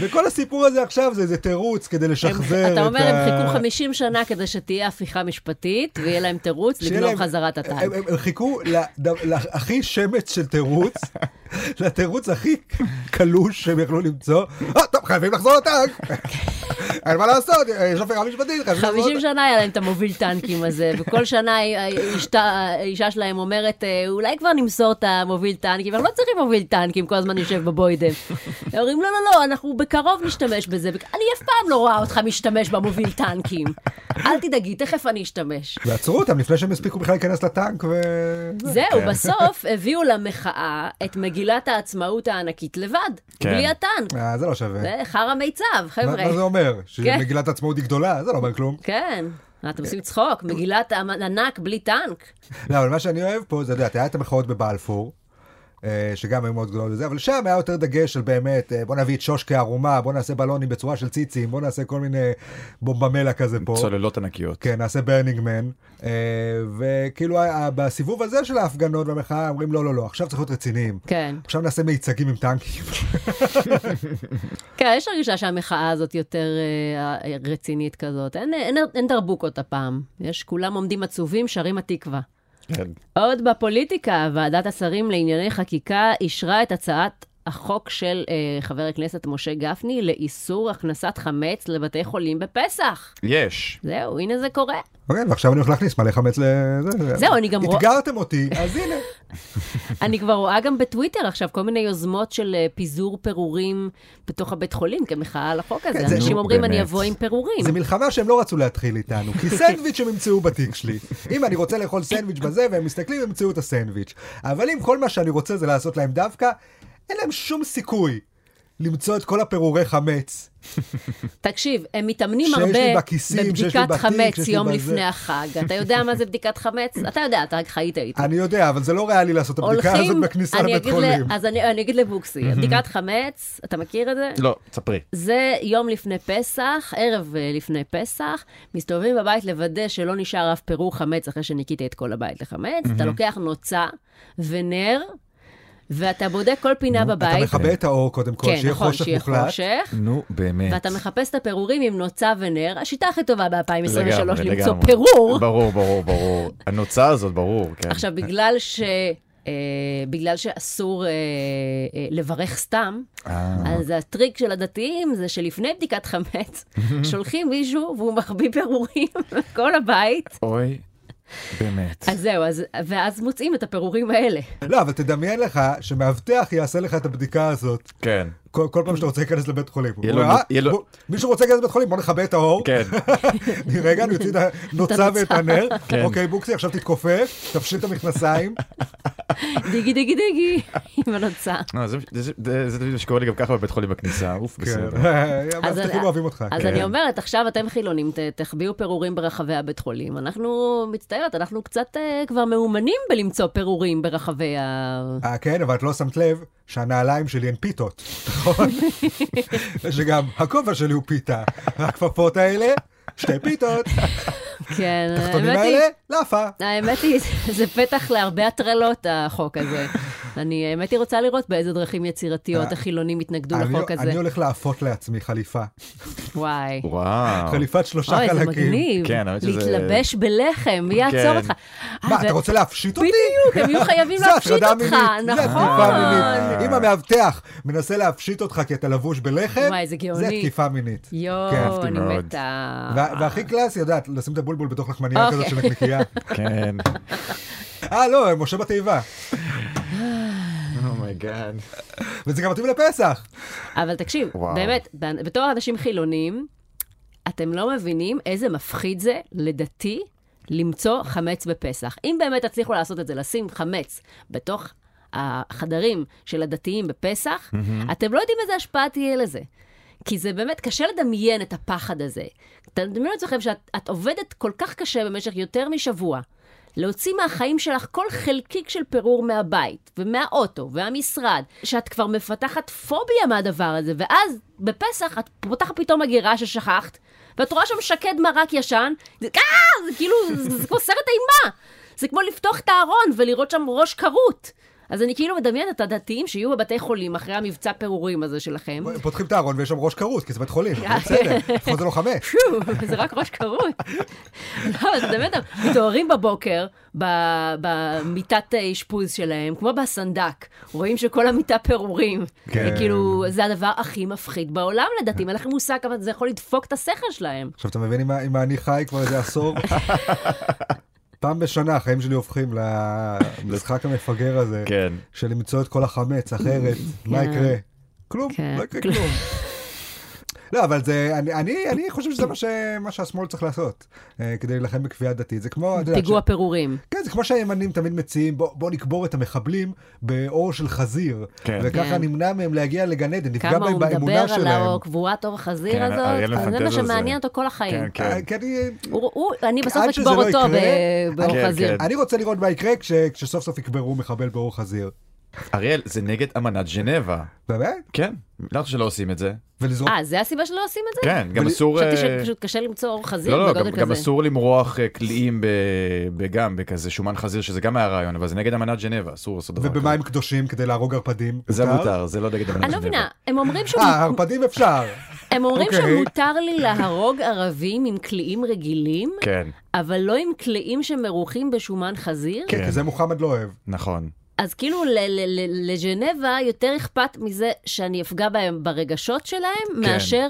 Speaker 1: וכל הסיפור הזה עכשיו זה איזה תירוץ כדי
Speaker 2: הם-
Speaker 1: לשחזר את ה...
Speaker 2: אתה אומר, הם חיכו 50 שנה כדי שתהיה הפיכה משפטית, ויהיה להם תירוץ
Speaker 1: שיהיה
Speaker 2: לגנוב
Speaker 1: להם-
Speaker 2: חזרה את הטנק.
Speaker 1: הם- הם הם חיכו לד- להכי שמץ של תירוץ, לתירוץ הכי קלוש שהם יכלו למצוא. אה, טוב, חייבים לחזור לטנק. אין מה לעשות, יש הפיכה משפטית, חייבים לחזור
Speaker 2: 50 שנה היה להם את המוביל טנקים הזה, וכל שנה האשתה- האישה שלהם אומרת, "אה, אולי כבר נמסור את המוביל טנקים, אנחנו לא צריכים מוביל טנקים, כל הזמן יושב בבוידם. הם אומרים, לא, לא, לא, אנחנו בקרוב נשתמש בזה, וכ- אני אף פעם לא רואה אותך משתמש במוביל טנקים. אל תדאגי, תכף אני אשתמש.
Speaker 1: ועצרו אותם לפני שהם הספיקו בכלל להיכנס לטנק ו...
Speaker 2: זהו,
Speaker 1: כן.
Speaker 2: בסוף הביאו למחאה את מגילת העצמאות הענקית לבד,
Speaker 3: כן.
Speaker 2: בלי הטנק.
Speaker 1: אה, זה לא שווה.
Speaker 2: זה חרא מיצב,
Speaker 1: מה-
Speaker 2: חבר'ה.
Speaker 1: מה זה אומר?
Speaker 2: כן.
Speaker 1: שמגילת העצמאות היא גדולה? זה לא אומר כלום.
Speaker 2: כן. מה, אתם עושים צחוק? מגילת ענק בלי טנק?
Speaker 1: לא, אבל מה שאני אוהב פה זה, אתה יודע, היה את המחאות בבלפור, אה, שגם היו מאוד גדולות וזה, אבל שם היה יותר דגש של באמת, אה, בוא נביא את שוש כערומה, בוא נעשה בלונים בצורה של ציצים, בוא נעשה כל מיני בומבמלה כזה פה.
Speaker 3: צוללות ענקיות.
Speaker 1: כן, נעשה ברנינגמן. וכאילו, ה- ה- בסיבוב הזה של ההפגנות והמחאה, אומרים לא, לא, לא, עכשיו צריך להיות רציניים.
Speaker 2: כן.
Speaker 1: עכשיו נעשה מיצגים עם טנקים.
Speaker 2: כן, יש הרגשה שהמחאה הזאת יותר אה, אה, רצינית כזאת. אין, אין, אין דרבוקות הפעם. יש, כולם עומדים עצובים, שרים התקווה.
Speaker 3: כן.
Speaker 2: עוד בפוליטיקה, ועדת השרים לענייני חקיקה אישרה את הצעת החוק של אה, חבר הכנסת משה גפני לאיסור הכנסת חמץ לבתי חולים בפסח.
Speaker 3: יש.
Speaker 2: זהו, הנה זה קורה.
Speaker 1: אוקיי, ועכשיו אני הולך להכניס מלא חמץ לזה.
Speaker 2: זהו, אני גם רואה-
Speaker 1: אתגרתם אותי, אז הנה.
Speaker 2: אני כבר רואה גם בטוויטר עכשיו כל מיני יוזמות של אה, פיזור פירורים בתוך הבית חולים כמחאה על החוק הזה.
Speaker 1: כן, זה-
Speaker 2: אנשים
Speaker 3: נו,
Speaker 2: אומרים, אני
Speaker 3: באמת.
Speaker 2: אבוא עם פירורים.
Speaker 1: זה מלחמה שהם לא רצו להתחיל איתנו, כי סנדוויץ' הם ימצאו בתיק שלי. אם אני רוצה לאכול סנדוויץ' בזה, והם מסתכלים, הם ימצאו את הסנדוויץ'. אבל אם כל מה שאני רוצה זה לעשות להם דווקא, אין להם שום סיכוי למצוא את כל הפירורי חמץ.
Speaker 2: תקשיב, הם מתאמנים
Speaker 1: שיש לי
Speaker 2: הרבה
Speaker 1: בכיסים, שיש לי
Speaker 2: בבדיקת
Speaker 1: בתיק,
Speaker 2: חמץ
Speaker 1: שיש לי
Speaker 2: יום
Speaker 1: בזה.
Speaker 2: לפני החג. אתה יודע מה זה בדיקת חמץ? אתה יודע, אתה רק חיית איתי.
Speaker 1: אני יודע, אבל זה לא ריאלי לעשות את הבדיקה הזאת בכניסה
Speaker 2: אני
Speaker 1: לבית
Speaker 2: אגיד ל-
Speaker 1: חולים.
Speaker 2: אז אני אני אגיד לבוקסי, בדיקת חמץ, אתה מכיר את זה?
Speaker 3: לא, ספרי.
Speaker 2: זה יום לפני פסח, ערב אה, לפני פסח, מסתובבים בבית לוודא שלא נשאר אף פירור חמץ אחרי שניקית את כל הבית לחמץ, אתה לוקח נוצה ונר, ואתה בודק כל פינה
Speaker 1: אתה
Speaker 2: בבית.
Speaker 1: מכבה את האור קודם כל,
Speaker 2: כן,
Speaker 1: שיהיה
Speaker 2: נכון,
Speaker 1: חושך
Speaker 2: שיהיה
Speaker 1: מוחלט.
Speaker 2: חושך.
Speaker 3: נו, באמת.
Speaker 2: ואתה מחפש את הפירורים עם נוצה ונר, השיטה הכי טובה ב-2023 למצוא
Speaker 3: לגמרי, לגמרי.
Speaker 2: פירור.
Speaker 3: ברור, ברור, ברור. הנוצה הזאת, ברור, כן.
Speaker 2: עכשיו, בגלל ש... אה, בגלל שאסור אה, אה, לברך סתם,
Speaker 3: אה,
Speaker 2: אז הטריק של הדתיים זה שלפני בדיקת חמץ, שולחים מישהו והוא מחביא פירורים לכל הבית.
Speaker 3: אוי, באמת.
Speaker 2: אז זהו, אז, ואז מוצאים את הפירורים האלה.
Speaker 1: לא, אבל תדמיין לך שמאבטח יעשה לך את הבדיקה הזאת.
Speaker 3: כן,
Speaker 1: כל, כל פעם שאתה רוצה להיכנס לבית חולים. הוא
Speaker 3: יהיה לו
Speaker 1: אומר,
Speaker 3: נו-
Speaker 1: "אה,
Speaker 3: יהיה לו-
Speaker 1: בוא- מישהו רוצה להיכנס לבית חולים, בוא נכבה את האור.
Speaker 3: כן.
Speaker 1: רגע, אני אוציא את הנוצה ואת הנר.
Speaker 3: כן.
Speaker 1: אוקיי, בוקסי, עכשיו תתכופף, תפשיל את המכנסיים.
Speaker 2: דיגי דיגי דיגי, עם הנוצה.
Speaker 3: לא, זה- זה- זה זה מה שקורה לי גם ככה בבית חולים בכניסה, אוף,
Speaker 1: כן.
Speaker 3: בסדר.
Speaker 2: אז
Speaker 1: המאבטחים
Speaker 2: אני-
Speaker 1: אוהבים אותך.
Speaker 2: אז
Speaker 1: כן.
Speaker 2: אני אומרת, עכשיו אתם חילונים, ת- תחביאו פירורים ברחבי הבית חולים. אנחנו, מצטערת, אנחנו קצת אה, כבר מאומנים בלמצוא פירורים ברחבי ה...
Speaker 1: אה, כן, אבל את לא שמת לב שהנעליים שלי הן פיתות, נכון? שגם הכובע שלי הוא פיתה. הכפפות האלה, שתי פיתות.
Speaker 2: אה, כן,
Speaker 1: התחתונים
Speaker 2: האמת היא...
Speaker 1: האלה, לאפה.
Speaker 2: האמת היא, זה פתח להרבה הטרלות, החוק הזה. אני, האמת היא, רוצה לראות באיזה דרכים יצירתיות החילונים יתנגדו
Speaker 1: אה, אני- לא-
Speaker 2: לחוק הזה.
Speaker 1: אני הולך לאפות לעצמי חליפה.
Speaker 2: וואי.
Speaker 3: וואו.
Speaker 1: חליפת שלושה
Speaker 2: אוי,
Speaker 1: חלקים.
Speaker 2: זה מגניב.
Speaker 3: כן, האמת שזה-
Speaker 2: להתלבש בלחם, מי יעצור
Speaker 3: כן.
Speaker 2: אותך? אה,
Speaker 1: מה,
Speaker 2: ו-
Speaker 1: אתה רוצה להפשיט אותי?
Speaker 2: בדיוק, הם יהיו חייבים
Speaker 1: זה
Speaker 2: להפשיט
Speaker 1: הטרדה
Speaker 2: אותך,
Speaker 1: מינית, זה תקיפה
Speaker 2: נכון.
Speaker 1: מינית. אם המאבטח מנסה להפשיט אותך כי אתה לבוש בלחם,
Speaker 2: וואי, זה גאוני.
Speaker 1: זה תקיפה מינית. כן,
Speaker 2: יואו,
Speaker 1: אהבתי
Speaker 2: אני
Speaker 3: מאוד.
Speaker 2: מתה.
Speaker 1: וה- והכי קלאסי, יודעת, לשים את הבולבול בתוך לחמנייה
Speaker 2: אוקיי.
Speaker 1: כזאת של נקניקייה.
Speaker 3: כן.
Speaker 1: אה, לא, משה בתיבה.
Speaker 3: Oh אומייגאד.
Speaker 1: וזה גם מתאים לפסח.
Speaker 2: אבל תקשיב,
Speaker 3: וואו.
Speaker 2: באמת, בנ- בתור אנשים חילונים, אתם לא מבינים איזה מפחיד זה, לדעתי, למצוא חמץ בפסח. אם באמת תצליחו לעשות את זה, לשים חמץ בתוך החדרים של הדתיים בפסח, אתם לא יודעים איזה השפעה תהיה לזה. כי זה באמת קשה לדמיין את הפחד הזה. תדמיינו לעצמכם שאת את עובדת כל כך קשה במשך יותר משבוע. להוציא מהחיים שלך כל חלקיק של פירור מהבית, ומהאוטו, והמשרד, שאת כבר מפתחת פוביה מהדבר הזה, ואז בפסח את פותחת פתאום מגירה ששכחת, ואת רואה שם שקד מרק ישן, זה, אה, זה כאילו, זה, זה כמו סרט אימה. זה כמו לפתוח את הארון ולראות שם ראש כרות. אז אני כאילו מדמיינת את הדתיים שיהיו בבתי חולים אחרי המבצע פירורים הזה שלכם.
Speaker 1: פותחים את הארון ויש שם ראש כרות, כי זה בית חולים. זה בסדר, לפחות זה לא חמש.
Speaker 2: פו, זה רק ראש כרות. לא, זה באמת, מתעוררים בבוקר ב- במיטת האשפוז שלהם, כמו בסנדק, רואים שכל המיטה פירורים.
Speaker 1: כן.
Speaker 2: זה כאילו, זה הדבר הכי מפחיד בעולם לדעתי, אין לכם מושג כמה זה יכול לדפוק את השכל שלהם.
Speaker 1: עכשיו, אתה מבין עם ה- עם האני חי כבר איזה עשור? פעם בשנה החיים שלי הופכים למשחק המפגר הזה,
Speaker 3: כן.
Speaker 1: של למצוא את כל החמץ, אחרת, מה
Speaker 2: כן.
Speaker 1: יקרה? כלום,
Speaker 2: כן,
Speaker 1: לא יקרה
Speaker 2: כלום.
Speaker 1: כלום. לא, אבל זה, אני, אני, אני חושב שזה מה, ש, מה שהשמאל צריך לעשות, אה, כדי להילחם בכפייה דתית. זה כמו, אתה יודע,
Speaker 2: פיגוע
Speaker 1: ש-
Speaker 2: פירורים.
Speaker 1: כן, זה כמו שהימנים תמיד מציעים, בוא, בוא נקבור את המחבלים בעור של חזיר,
Speaker 3: כן.
Speaker 1: וככה
Speaker 2: כן.
Speaker 1: נמנע מהם להגיע לגן עדן, נפגע
Speaker 2: כמה
Speaker 1: בהם
Speaker 2: הוא מדבר
Speaker 1: באמונה
Speaker 2: על
Speaker 1: שלהם.
Speaker 2: הקבורת עור החזיר
Speaker 3: כן, אריאל
Speaker 2: הזאת, זה
Speaker 3: מפנטז
Speaker 2: מה
Speaker 3: על זה.
Speaker 2: שמעניין אותו כל החיים.
Speaker 3: כן, כן.
Speaker 1: אה, כי אני,
Speaker 2: הוא- הוא- אני בסוף
Speaker 1: עד שזה
Speaker 2: אקבור
Speaker 1: לא
Speaker 2: אותו
Speaker 1: יקרה,
Speaker 2: ב-
Speaker 3: כן,
Speaker 2: באור חזיר.
Speaker 3: כן.
Speaker 1: אני רוצה לראות מה יקרה כש, כשסוף סוף יקברו מחבל בעור חזיר.
Speaker 3: אריאל, זה נגד אמנת ז'נבה.
Speaker 1: באמת?
Speaker 3: כן. למה שלא עושים את זה?
Speaker 1: ולזרוק...
Speaker 2: אה, זה הסיבה שלא עושים את זה?
Speaker 3: כן, גם
Speaker 1: אבל-
Speaker 3: אסור...
Speaker 2: חשבתי
Speaker 3: כן. אה,
Speaker 2: שפשוט קשה למצוא עור חזיר
Speaker 3: לא, לא,
Speaker 2: בגודל
Speaker 3: גם,
Speaker 2: כזה.
Speaker 3: גם אסור למרוח אה, קליעים ב- בגם, בכזה שומן חזיר, שזה גם היה רעיון, אבל זה נגד אמנת ז'נבה, אסור לעשות דבר
Speaker 1: ובמים קדושים כדי להרוג ערפדים.
Speaker 3: כזה. זה מותר, זה לא נגד אמנת ז'נבה.
Speaker 2: אני לא מבינה, הם אומרים שהוא-
Speaker 1: אה, ערפדים אפשר.
Speaker 2: הם אומרים
Speaker 1: אוקיי.
Speaker 2: שמותר לי להרוג ערבים עם קליעים רגילים,
Speaker 3: כן,
Speaker 2: אבל לא עם קליעים שמרוחים בשומן חזיר?
Speaker 1: כן, כי זה מוחמד לא אוהב.
Speaker 3: נכון.
Speaker 2: אז כאילו ל- ל- ל- לז'נבה יותר אכפת מזה שאני אפגע בהם ברגשות שלהם, מאשר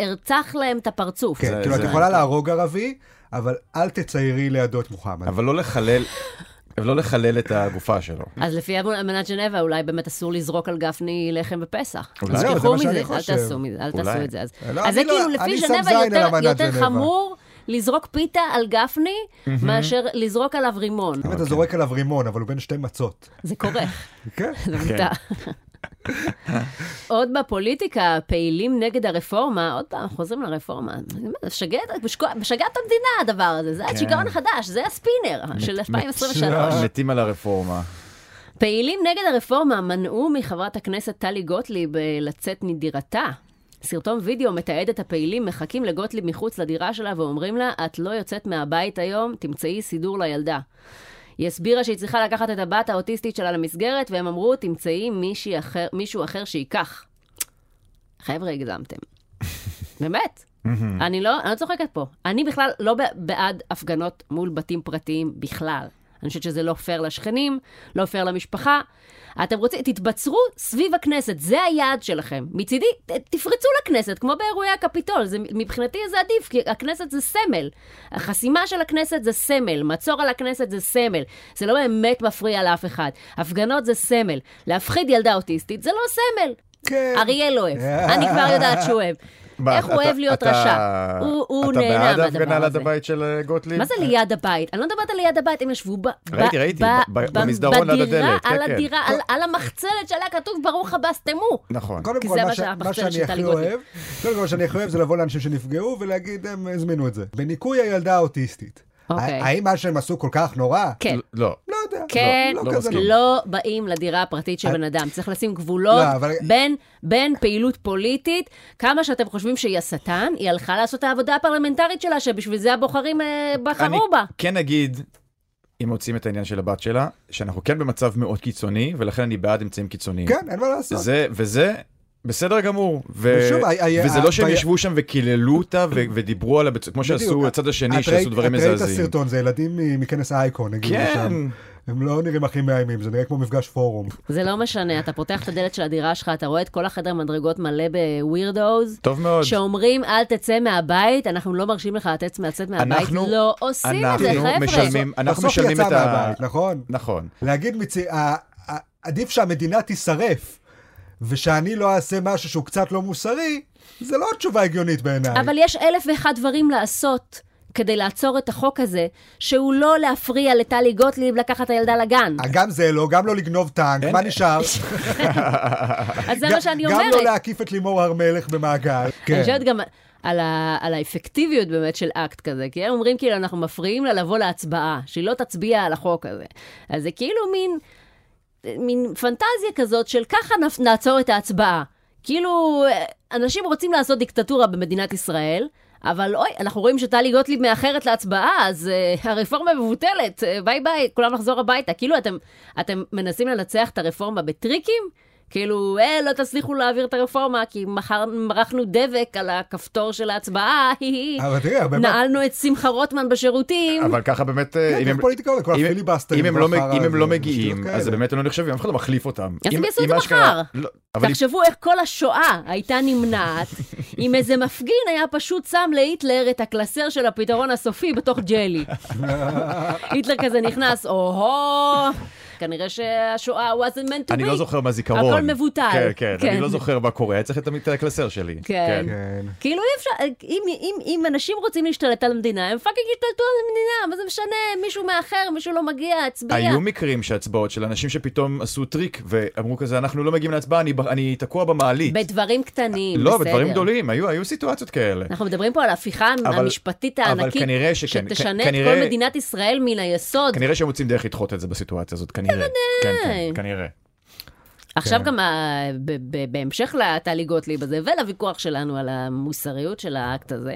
Speaker 2: ארצח להם את הפרצוף.
Speaker 1: כן,
Speaker 3: זה-
Speaker 1: כאילו, את
Speaker 3: זה-
Speaker 1: יכולה להרוג ערבי, אבל אל תציירי לידו את מוחמד.
Speaker 3: אבל לא לחלל, אבל לא לחלל את הגופה שלו.
Speaker 2: אז לפי אמנת ז'נבה, אולי באמת אסור לזרוק על גפני לחם בפסח.
Speaker 3: אולי.
Speaker 2: אז
Speaker 1: זהו, זה
Speaker 2: תשכחו
Speaker 1: מה שאני
Speaker 2: מזה, אל
Speaker 1: חושב.
Speaker 2: תעשו מזה, אל תעשו
Speaker 3: אולי.
Speaker 2: את זה. אז
Speaker 1: לא,
Speaker 2: אז זה
Speaker 1: אני לא-
Speaker 2: כאילו,
Speaker 1: אני
Speaker 2: לפי
Speaker 1: שם
Speaker 2: ז'נבה
Speaker 1: זין על
Speaker 2: יותר-
Speaker 1: אמנת
Speaker 2: יותר
Speaker 1: ז'נבה.
Speaker 2: חמור לזרוק פיתה על גפני, מאשר לזרוק עליו רימון.
Speaker 1: אם
Speaker 3: אוקיי.
Speaker 1: אתה זורק עליו רימון, אבל הוא בין שתי מצות.
Speaker 2: זה כורך.
Speaker 1: כן.
Speaker 2: זה מותר. עוד בפוליטיקה, פעילים נגד הרפורמה, עוד פעם, חוזרים לרפורמה. משגע את משגע- משגע את המדינה הדבר הזה, זה השיגעון החדש, זה הספינר של 2023.
Speaker 3: מתים על הרפורמה.
Speaker 2: פעילים נגד הרפורמה מנעו מחברת הכנסת טלי גוטליב אה, לצאת מדירתה. סרטון וידאו מתעד את הפעילים מחכים לגוטליב מחוץ לדירה שלה ואומרים לה, את לא יוצאת מהבית היום, תמצאי סידור לילדה. היא הסבירה שהיא צריכה לקחת את הבת האוטיסטית שלה למסגרת, והם אמרו, תמצאי מישהי אחר, מישהו אחר שייקח. חבר'ה, הגזמתם. באמת. אני לא, אני לא צוחקת פה. אני בכלל לא ב- בעד הפגנות מול בתים פרטיים בכלל. אני חושבת שזה לא פייר לשכנים, לא פייר למשפחה. אתם רוצים, תתבצרו סביב הכנסת, זה היעד שלכם. מצידי, ת- תפרצו לכנסת, כמו באירועי הקפיטול. זה, מבחינתי זה עדיף, כי הכנסת זה סמל. החסימה של הכנסת זה סמל, מצור על הכנסת זה סמל. זה לא באמת מפריע לאף אחד. הפגנות זה סמל. להפחיד ילדה אוטיסטית זה לא סמל.
Speaker 1: כן.
Speaker 2: אריאל אוהב, אני כבר יודעת שהוא אוהב.
Speaker 3: מה,
Speaker 2: איך הוא
Speaker 3: אתה-
Speaker 2: אוהב להיות
Speaker 3: אתה-
Speaker 2: רשע. הוא- הוא נהנה
Speaker 3: אתה בעד ההפגנה
Speaker 2: מהדבר
Speaker 3: ליד
Speaker 2: הזה.
Speaker 3: הבית של אה, גוטליב?
Speaker 2: מה זה ליד הבית? אני לא מדברת על ליד הבית, הם ישבו ב... ב-
Speaker 3: ראיתי, ראיתי,
Speaker 2: ב-
Speaker 3: ב-
Speaker 2: ב-
Speaker 3: במסדרון ליד
Speaker 2: בדירה,
Speaker 3: הדלת, כן,
Speaker 2: על
Speaker 3: כן.
Speaker 2: הדירה, על- על המחצלת שעליה כתוב ברוך הבא, סתמו.
Speaker 3: נכון.
Speaker 1: קודם
Speaker 2: כי
Speaker 1: כל,
Speaker 2: זה
Speaker 1: מה
Speaker 2: מה
Speaker 1: ש-
Speaker 2: שהמחצלת
Speaker 1: מה שאני
Speaker 2: של טלי
Speaker 1: הכי
Speaker 2: גוטליב.
Speaker 1: אוהב, קודם כל, מה שאני הכי אוהב זה לבוא לאנשים שנפגעו ולהגיד, הם הזמינו את זה. בניקוי הילדה האוטיסטית.
Speaker 2: אוקיי.
Speaker 1: ה- האם מה שהם עשו כל כך נורא?
Speaker 2: כן.
Speaker 3: לא.
Speaker 1: לא יודע.
Speaker 2: כן,
Speaker 1: לא
Speaker 3: לא
Speaker 1: כזה נורא.
Speaker 2: לא באים לדירה הפרטית של בן אדם. צריך לשים גבולות
Speaker 1: לא, אבל-
Speaker 2: בין- בין פעילות פוליטית, כמה שאתם חושבים שהיא השטן, היא הלכה לעשות את העבודה הפרלמנטרית שלה, שבשביל זה הבוחרים אה,
Speaker 3: אני
Speaker 2: בחרו בה.
Speaker 3: כן אגיד, אם מוצאים את העניין של הבת שלה, שאנחנו כן במצב מאוד קיצוני, ולכן אני בעד אמצעים קיצוניים.
Speaker 1: כן, אין מה לעשות.
Speaker 3: זה, וזה בסדר גמור. ו...
Speaker 1: ושוב, ה- ה-
Speaker 3: וזה
Speaker 1: ה-
Speaker 3: לא שהם
Speaker 1: ה-
Speaker 3: ישבו שם וקיללו אותה ו- ודיברו עליה, בצ- כמו שעשו
Speaker 1: בדיוק.
Speaker 3: הצד השני,
Speaker 1: את
Speaker 3: שעשו
Speaker 1: ראית-
Speaker 3: דברים
Speaker 1: את ראית את
Speaker 3: מזעזעים.
Speaker 1: הסרטון, זה ילדים מ- מכנס האייקון, נגיד.
Speaker 3: כן,
Speaker 1: שם. הם לא נראים הכי מאיימים, זה נראה כמו מפגש פורום.
Speaker 2: זה לא משנה, אתה פותח את הדלת של הדירה שלך, אתה רואה את כל החדר מדרגות מלא בווירדוז,
Speaker 3: טוב מאוד.
Speaker 2: שאומרים, אל תצא מהבית, אנחנו לא מרשים לך לצאת לצאת מהבית.
Speaker 3: אנחנו-
Speaker 2: לא עושים את זה,
Speaker 3: אנחנו
Speaker 2: חבר'ה.
Speaker 3: משלמים- אנחנו
Speaker 1: בסוף היא
Speaker 3: משלמים
Speaker 1: יצאה
Speaker 3: את ה...
Speaker 1: מהבית, נכון?
Speaker 3: נכון.
Speaker 1: להגיד, מצי- ה- ה- עדיף שהמדינה תישרף, ושאני לא אעשה משהו שהוא קצת לא מוסרי, זה לא תשובה הגיונית בעיניי.
Speaker 2: אבל יש אלף ואחד דברים לעשות כדי לעצור את החוק הזה, שהוא לא להפריע לטלי גוטליב לקחת את הילדה לגן.
Speaker 1: גם זה לא, גם לא לגנוב טנק,
Speaker 3: אין-
Speaker 1: מה נשאר?
Speaker 2: אז זה
Speaker 1: גם-
Speaker 2: מה שאני
Speaker 1: גם לא
Speaker 2: אומרת.
Speaker 1: להקיף את לימור הר מלך במעגל.
Speaker 2: אני
Speaker 1: כן.
Speaker 2: חושבת גם על ה- על האפקטיביות באמת של אקט כזה, כי הם אומרים כאילו, אנחנו מפריעים לה לבוא להצבעה, שהיא לא תצביע על החוק הזה. אז זה כאילו מין... מין פנטזיה כזאת של ככה נפ- נעצור את ההצבעה. כאילו, אה, אנשים רוצים לעשות דיקטטורה במדינת ישראל, אבל אוי, אנחנו רואים שטלי גוטליב מאחרת להצבעה, אז uh, הרפורמה מבוטלת, אה, ביי ביי, כולם נחזור הביתה. כאילו, אתם, אתם מנסים לנצח את הרפורמה בטריקים? כאילו, אה, לא תצליחו להעביר את הרפורמה, כי מחר מרחנו דבק על הכפתור של ההצבעה, הי הי.
Speaker 1: אבל תראי, הרבה פעמים-
Speaker 2: נעלנו את שמחה רוטמן בשירותים.
Speaker 3: אבל ככה באמת, אה, אם
Speaker 1: כן,
Speaker 3: הם...
Speaker 1: פוליטיקאים, כל
Speaker 3: אם-
Speaker 1: הפיליבסטרים,
Speaker 3: אם הם
Speaker 1: כל
Speaker 3: לא מג-
Speaker 1: החרא
Speaker 3: אם הם
Speaker 1: הזה,
Speaker 3: לא
Speaker 1: שטויות
Speaker 3: מגיעים,
Speaker 1: כאלה.
Speaker 3: אז זה באמת לא נחשבים, אף אחד לא מחליף אותם.
Speaker 2: אז
Speaker 3: אם-
Speaker 2: הם יעשו את
Speaker 3: אם
Speaker 2: זה
Speaker 3: אשכרה-
Speaker 2: מחר.
Speaker 3: לא, אבל אם-
Speaker 2: תחשבו איך כל השואה הייתה נמנעת, אם איזה מפגין היה פשוט שם להיטלר את הקלסר של הפתרון הסופי בתוך ג'לי. היטלר כזה נכנס, או-הו, כנראה שהשואה wasn't meant to be.
Speaker 3: אני לא זוכר מהזיכרון.
Speaker 2: הכל מבוטל.
Speaker 3: כן, כן, אני
Speaker 2: כן.
Speaker 3: לא זוכר מה קורה, היה צריך את המ- את הקלסר שלי.
Speaker 2: כן.
Speaker 1: כן.
Speaker 2: כאילו אי אפשר, אם, אם, אם אנשים רוצים להשתלט על המדינה, הם פאקינג ישתלטו על המדינה, מה זה משנה? מישהו מאחר, מישהו לא מגיע, הצביע.
Speaker 3: היו מקרים שהצבעות של אנשים שפתאום עשו טריק ואמרו כזה, אנחנו לא מגיעים להצבעה, אני ב- אני תקוע במעלית.
Speaker 2: בדברים קטנים,
Speaker 3: לא,
Speaker 2: בסדר. נכון.
Speaker 3: בדברים גדולים, היו היו סיטואציות כאלה.
Speaker 2: אנחנו מדברים פה על ההפיכה
Speaker 3: אבל-
Speaker 2: המשפטית
Speaker 3: אבל
Speaker 2: הענקית,
Speaker 3: כנראה שכן.
Speaker 2: שתשנה את
Speaker 3: כ- כנראה-
Speaker 2: כל מדינת ישראל מן היסוד.
Speaker 3: כנראה שהם מוצאים דרך לדחות את זה בסיטואציה הזאת, כנראה. כן, כן, כנראה.
Speaker 2: עכשיו
Speaker 1: כן.
Speaker 2: גם ה- ב- ב- בהמשך לטלי גוטליב הזה ולוויכוח שלנו על המוסריות של האקט הזה,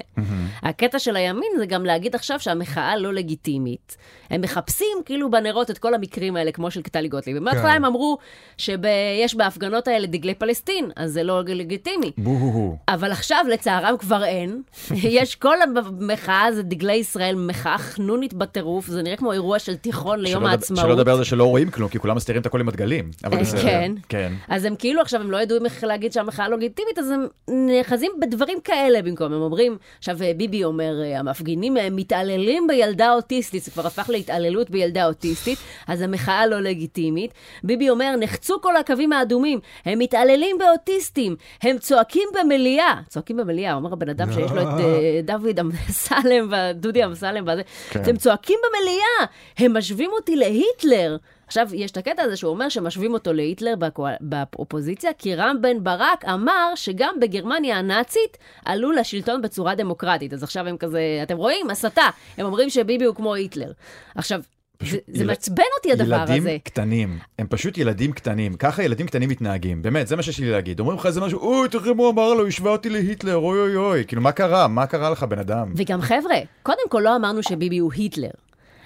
Speaker 2: הקטע של הימין זה גם להגיד עכשיו שהמחאה לא לגיטימית. הם מחפשים כאילו בנרות את כל המקרים האלה, כמו של טלי גוטליב.
Speaker 1: כן.
Speaker 2: בהתחלה הם אמרו שיש בהפגנות האלה דגלי פלסטין, אז זה לא לגיטימי.
Speaker 3: בוהו.
Speaker 2: אבל עכשיו לצערם כבר אין. יש כל המחאה, זה דגלי ישראל, מחאה חנונית בטירוף, זה נראה כמו אירוע של תיכון ליום
Speaker 3: שלא לד-
Speaker 2: העצמאות.
Speaker 3: שלא לדבר על זה שלא רואים כלום, כי כולם מסתירים את הכל עם הדגלים. אבל
Speaker 2: אה,
Speaker 3: בסדר.
Speaker 2: כן.
Speaker 3: כן.
Speaker 2: אז הם כאילו עכשיו, הם לא ידעו איך להגיד שהמחאה לא לגיטימית, אז הם נאחזים בדברים כאלה במקום. הם אומרים, עכשיו אה, ביבי אומר, אה, המפגינים אה, מתעללים בילדה אוטיסטית, זה כבר הפך להתעללות בילדה אוטיסטית, אז המחאה לא לגיטימית. ביבי אומר, נחצו כל הקווים האדומים, הם מתעללים באוטיסטים, הם צועקים במליאה. צועקים במליאה, אומר הבן אדם שיש לו את אה, דוד אמסלם ודודי אמסלם וזה.
Speaker 3: כן.
Speaker 2: אתם צועקים במליאה, הם משווים אותי להיטלר. עכשיו, יש את הקטע הזה שהוא אומר שמשווים אותו להיטלר בקואל- באופוזיציה, כי רם בן ברק אמר שגם בגרמניה הנאצית עלו לשלטון בצורה דמוקרטית. אז עכשיו הם כזה, אתם רואים? הסתה. הם אומרים שביבי הוא כמו היטלר. עכשיו, זה, זה
Speaker 3: יל-
Speaker 2: מעצבן אותי הדבר הזה.
Speaker 3: ילדים קטנים, הם פשוט ילדים קטנים, ככה ילדים קטנים מתנהגים, באמת, זה מה שיש לי להגיד. אומרים לך איזה משהו, אוי, תראה מה הוא אמר לו, השווה אותי להיטלר, אוי אוי אוי, כאילו, מה קרה? מה קרה לך, בן אדם?
Speaker 2: וגם חבר'ה, קודם כל לא אמרנו שביבי הוא היטלר,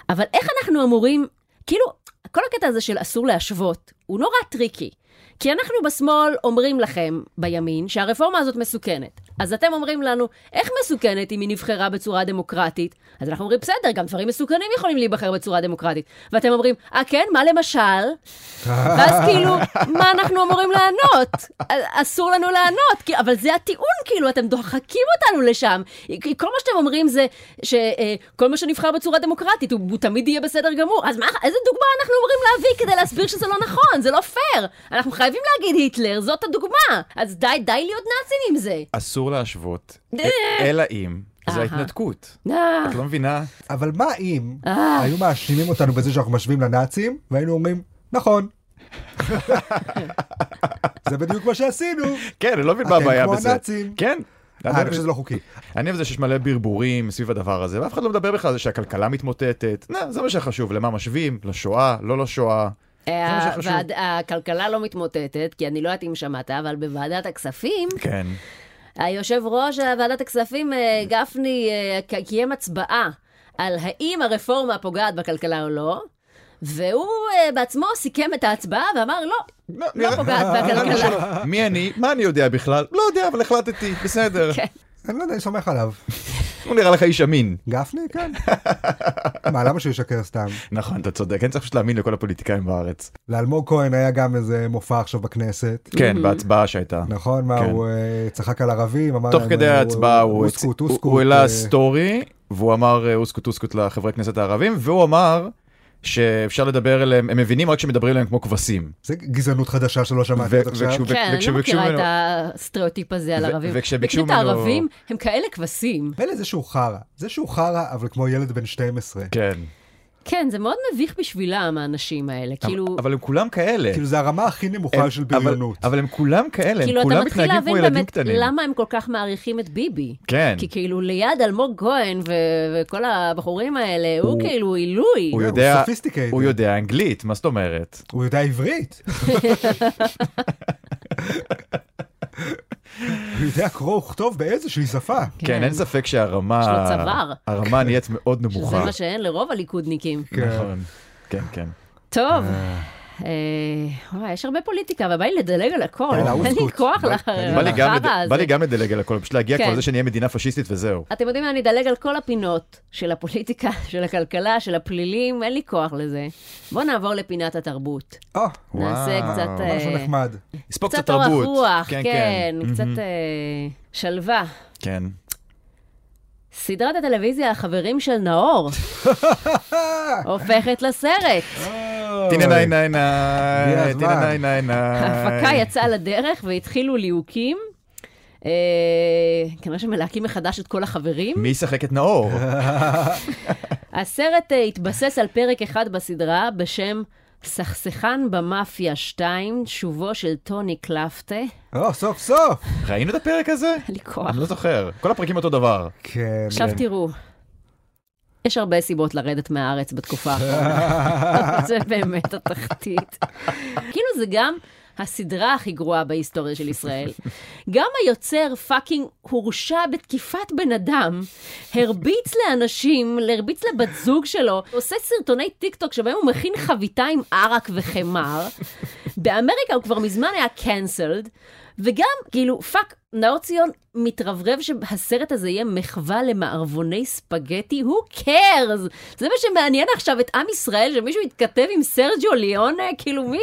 Speaker 2: אבל איך אנחנו אמורים, כאילו, כל הקטע הזה של אסור להשוות, הוא נורא טריקי. כי אנחנו בשמאל אומרים לכם, בימין, שהרפורמה הזאת מסוכנת. אז אתם אומרים לנו, איך מסוכנת אם היא נבחרה בצורה דמוקרטית? אז אנחנו אומרים, בסדר, גם דברים מסוכנים יכולים להיבחר בצורה דמוקרטית. ואתם אומרים, אה כן, מה למשל? ואז כאילו, מה אנחנו אמורים לענות? אסור לנו לענות, כי- אבל זה הטיעון, כאילו, אתם דוחקים אותנו לשם. כי כל מה שאתם אומרים זה שכל מה שנבחר בצורה דמוקרטית, הוא הוא תמיד יהיה בסדר גמור. אז מה, איזה דוגמה אנחנו אמורים להביא כדי להסביר שזה לא נכון? זה לא פייר. אנחנו חייבים להגיד היטלר, זאת הדוגמה. אז די, די להיות נאצים עם זה.
Speaker 3: אסור להשוות, אלא אם, זה
Speaker 2: אהה.
Speaker 3: ההתנתקות.
Speaker 2: אה,
Speaker 3: את לא מבינה?
Speaker 1: אבל מה אם היו מאשימים אותנו בזה שאנחנו משווים לנאצים, והיינו אומרים, נכון. זה בדיוק מה שעשינו.
Speaker 3: כן, אני לא מבין
Speaker 1: אתם
Speaker 3: מה הבעיה
Speaker 1: כמו
Speaker 3: בזה.
Speaker 1: הנאצים.
Speaker 3: כן.
Speaker 1: אה, אני חושב שזה לא חוקי.
Speaker 3: אני אוהב זה שיש מלא ברבורים סביב הדבר הזה, ואף אחד לא מדבר בכלל על זה שהכלכלה מתמוטטת. נה, זה מה שחשוב, למה משווים, לשואה, לא לשואה. זה מה שחשוב.
Speaker 2: ועד- אה, הכלכלה לא מתמוטטת, כי אני לא יודעת אם שמעת, אבל בוועדת הכספים...
Speaker 3: כן. Mm.
Speaker 2: היושב ראש ועדת הכספים, אה, גפני, אה, ק- קיים הצבעה. על האם הרפורמה פוגעת בכלכלה או לא, והוא אה, בעצמו סיכם את ההצבעה ואמר, לא, לא פוגעת בכלכלה.
Speaker 3: מי אני? מה אני יודע בכלל? לא יודע, אבל החלטתי, בסדר.
Speaker 2: כן.
Speaker 1: אני לא יודע, אני סומך עליו.
Speaker 3: הוא נראה לך איש אמין.
Speaker 1: גפני, כן. מה, למה שהוא ישקר סתם?
Speaker 3: נכון, אתה צודק, אין צריך פשוט להאמין לכל הפוליטיקאים בארץ.
Speaker 1: לאלמוג כהן היה גם איזה מופע עכשיו בכנסת.
Speaker 3: כן, בהצבעה שהייתה.
Speaker 1: נכון, מה,
Speaker 3: כן.
Speaker 1: הוא אה, צחק על ערבים, אמר...
Speaker 3: תוך
Speaker 1: להם,
Speaker 3: כדי
Speaker 1: אה,
Speaker 3: ההצבעה הוא הצ-
Speaker 1: אוסקוט,
Speaker 3: הוא-
Speaker 1: אוסקוט,
Speaker 3: הוא העלה
Speaker 1: אה,
Speaker 3: סטורי, והוא אמר אה, אוסקוט אוסקוט לחברי הכנסת הערבים, והוא אמר שאפשר לדבר אליהם, הם מבינים רק שמדברים אליהם כמו כבשים.
Speaker 1: זה גזענות חדשה שלא שמעתי עד
Speaker 3: ו-
Speaker 1: עכשיו.
Speaker 3: וכשהוא-
Speaker 2: כן, אני לא
Speaker 3: וכשביקשו
Speaker 2: מכירה את
Speaker 3: ממנו-
Speaker 2: הסטריאוטיפ הזה על
Speaker 3: ו-
Speaker 2: ערבים.
Speaker 3: וכשביקשו
Speaker 2: בקטע
Speaker 3: ממנו-
Speaker 2: הערבים הם כאלה כבשים.
Speaker 1: מילא זה שהוא חרא, זה שהוא חרא, אבל כמו ילד בן 12.
Speaker 3: כן.
Speaker 2: כן, זה מאוד מביך בשבילם, האנשים האלה. כאילו,
Speaker 3: אבל הם כולם כאלה.
Speaker 1: כאילו זה הרמה הכי
Speaker 3: הם-
Speaker 1: נמוכה של
Speaker 3: אבל-
Speaker 1: בריונות.
Speaker 3: אבל הם כולם כאלה,
Speaker 2: כאילו
Speaker 3: הם
Speaker 2: אתה
Speaker 3: כולם
Speaker 2: מתחיל
Speaker 3: מתנהגים כמו
Speaker 2: להבין
Speaker 3: ילדים
Speaker 2: באמת
Speaker 3: קטנים.
Speaker 2: למה הם כל כך מעריכים את ביבי.
Speaker 3: כן.
Speaker 2: כי כאילו ליד אלמוג כהן ו- וכל הבחורים האלה, הוא
Speaker 3: הוא-
Speaker 2: כאילו עילוי.
Speaker 1: הוא
Speaker 3: הוא יודע,
Speaker 1: sophisticated.
Speaker 3: הוא יודע אנגלית, מה זאת אומרת?
Speaker 1: הוא יודע עברית. הוא יודע קרוא וכתוב באיזושהי שפה.
Speaker 3: כן, אין ספק שהרמה...
Speaker 2: יש לו צוואר.
Speaker 1: כן.
Speaker 3: הרמה נהיית מאוד
Speaker 2: שזה
Speaker 3: נמוכה.
Speaker 2: מה שאין לרוב הליכודניקים.
Speaker 3: נכון. כן, כן.
Speaker 2: טוב. אה, וואי, יש הרבה פוליטיקה, אבל בא לי לדלג על הכל.
Speaker 1: יאללה,
Speaker 2: אין לי
Speaker 1: אוסקוט.
Speaker 2: כוח
Speaker 1: בא-
Speaker 2: לח-
Speaker 3: בא לי גם לד-
Speaker 2: לחרא
Speaker 3: בא
Speaker 2: הזה.
Speaker 3: לי גם לדלג על הכל, פשוט להגיע
Speaker 2: כן.
Speaker 3: כבר לזה שנהיה מדינה פשיסטית וזהו.
Speaker 2: אתם יודעים מה, אני אדלג על כל הפינות של הפוליטיקה, של הכלכלה, של הפלילים, אין לי כוח לזה. בואו נעבור לפינת התרבות.
Speaker 1: אה,
Speaker 2: נעשה
Speaker 3: וואו,
Speaker 2: קצת...
Speaker 1: משהו
Speaker 2: אה,
Speaker 1: נחמד.
Speaker 3: לספוג
Speaker 2: קצת
Speaker 3: קצת
Speaker 2: אורך
Speaker 3: תרבות.
Speaker 2: רוח,
Speaker 3: כן,
Speaker 2: כן,
Speaker 3: כן.
Speaker 2: קצת
Speaker 3: מהמם.
Speaker 2: אה, שלווה.
Speaker 3: כן.
Speaker 2: סדרת הטלוויזיה "החברים של נאור" הופכת לסרט. אה.
Speaker 3: תינא
Speaker 1: אוי.
Speaker 3: ניי ניי
Speaker 1: הגיע
Speaker 3: ניי,
Speaker 1: הזמן.
Speaker 3: תינא ניי ניי ניי.
Speaker 2: ההפקה יצאה לדרך והתחילו ליהוקים. אה, כנראה שמלהקים מחדש את כל החברים.
Speaker 3: מי ישחק את נאור?
Speaker 2: הסרט אה, התבסס על פרק אחד בסדרה בשם "סכסכן במאפיה 2", שובו של טוני קלפטה. אין
Speaker 1: אה, סוף סוף.
Speaker 3: ראינו את הפרק הזה?
Speaker 2: לי כוח.
Speaker 3: אני לא זוכר. כל הפרקים אותו דבר.
Speaker 1: כן.
Speaker 2: עכשיו תראו, יש הרבה סיבות לרדת מהארץ בתקופה האחרונה. זה באמת התחתית. כאילו זה גם הסדרה הכי גרועה בהיסטוריה של ישראל. גם היוצר פאקינג הורשע בתקיפת בן אדם, הרביץ לאנשים, הרביץ לבת זוג שלו, עושה סרטוני טיק טוק שבהם הוא מכין חביתה עם ערק וחמר. באמריקה הוא כבר מזמן היה cancelled, וגם, כאילו, פאק, נאור ציון מתרברב שהסרט הזה יהיה מחווה למערבוני ספגטי, who cares? זה מה שמעניין עכשיו את עם ישראל, שמישהו יתכתב עם סרג'יו ליאונה, כאילו, מי,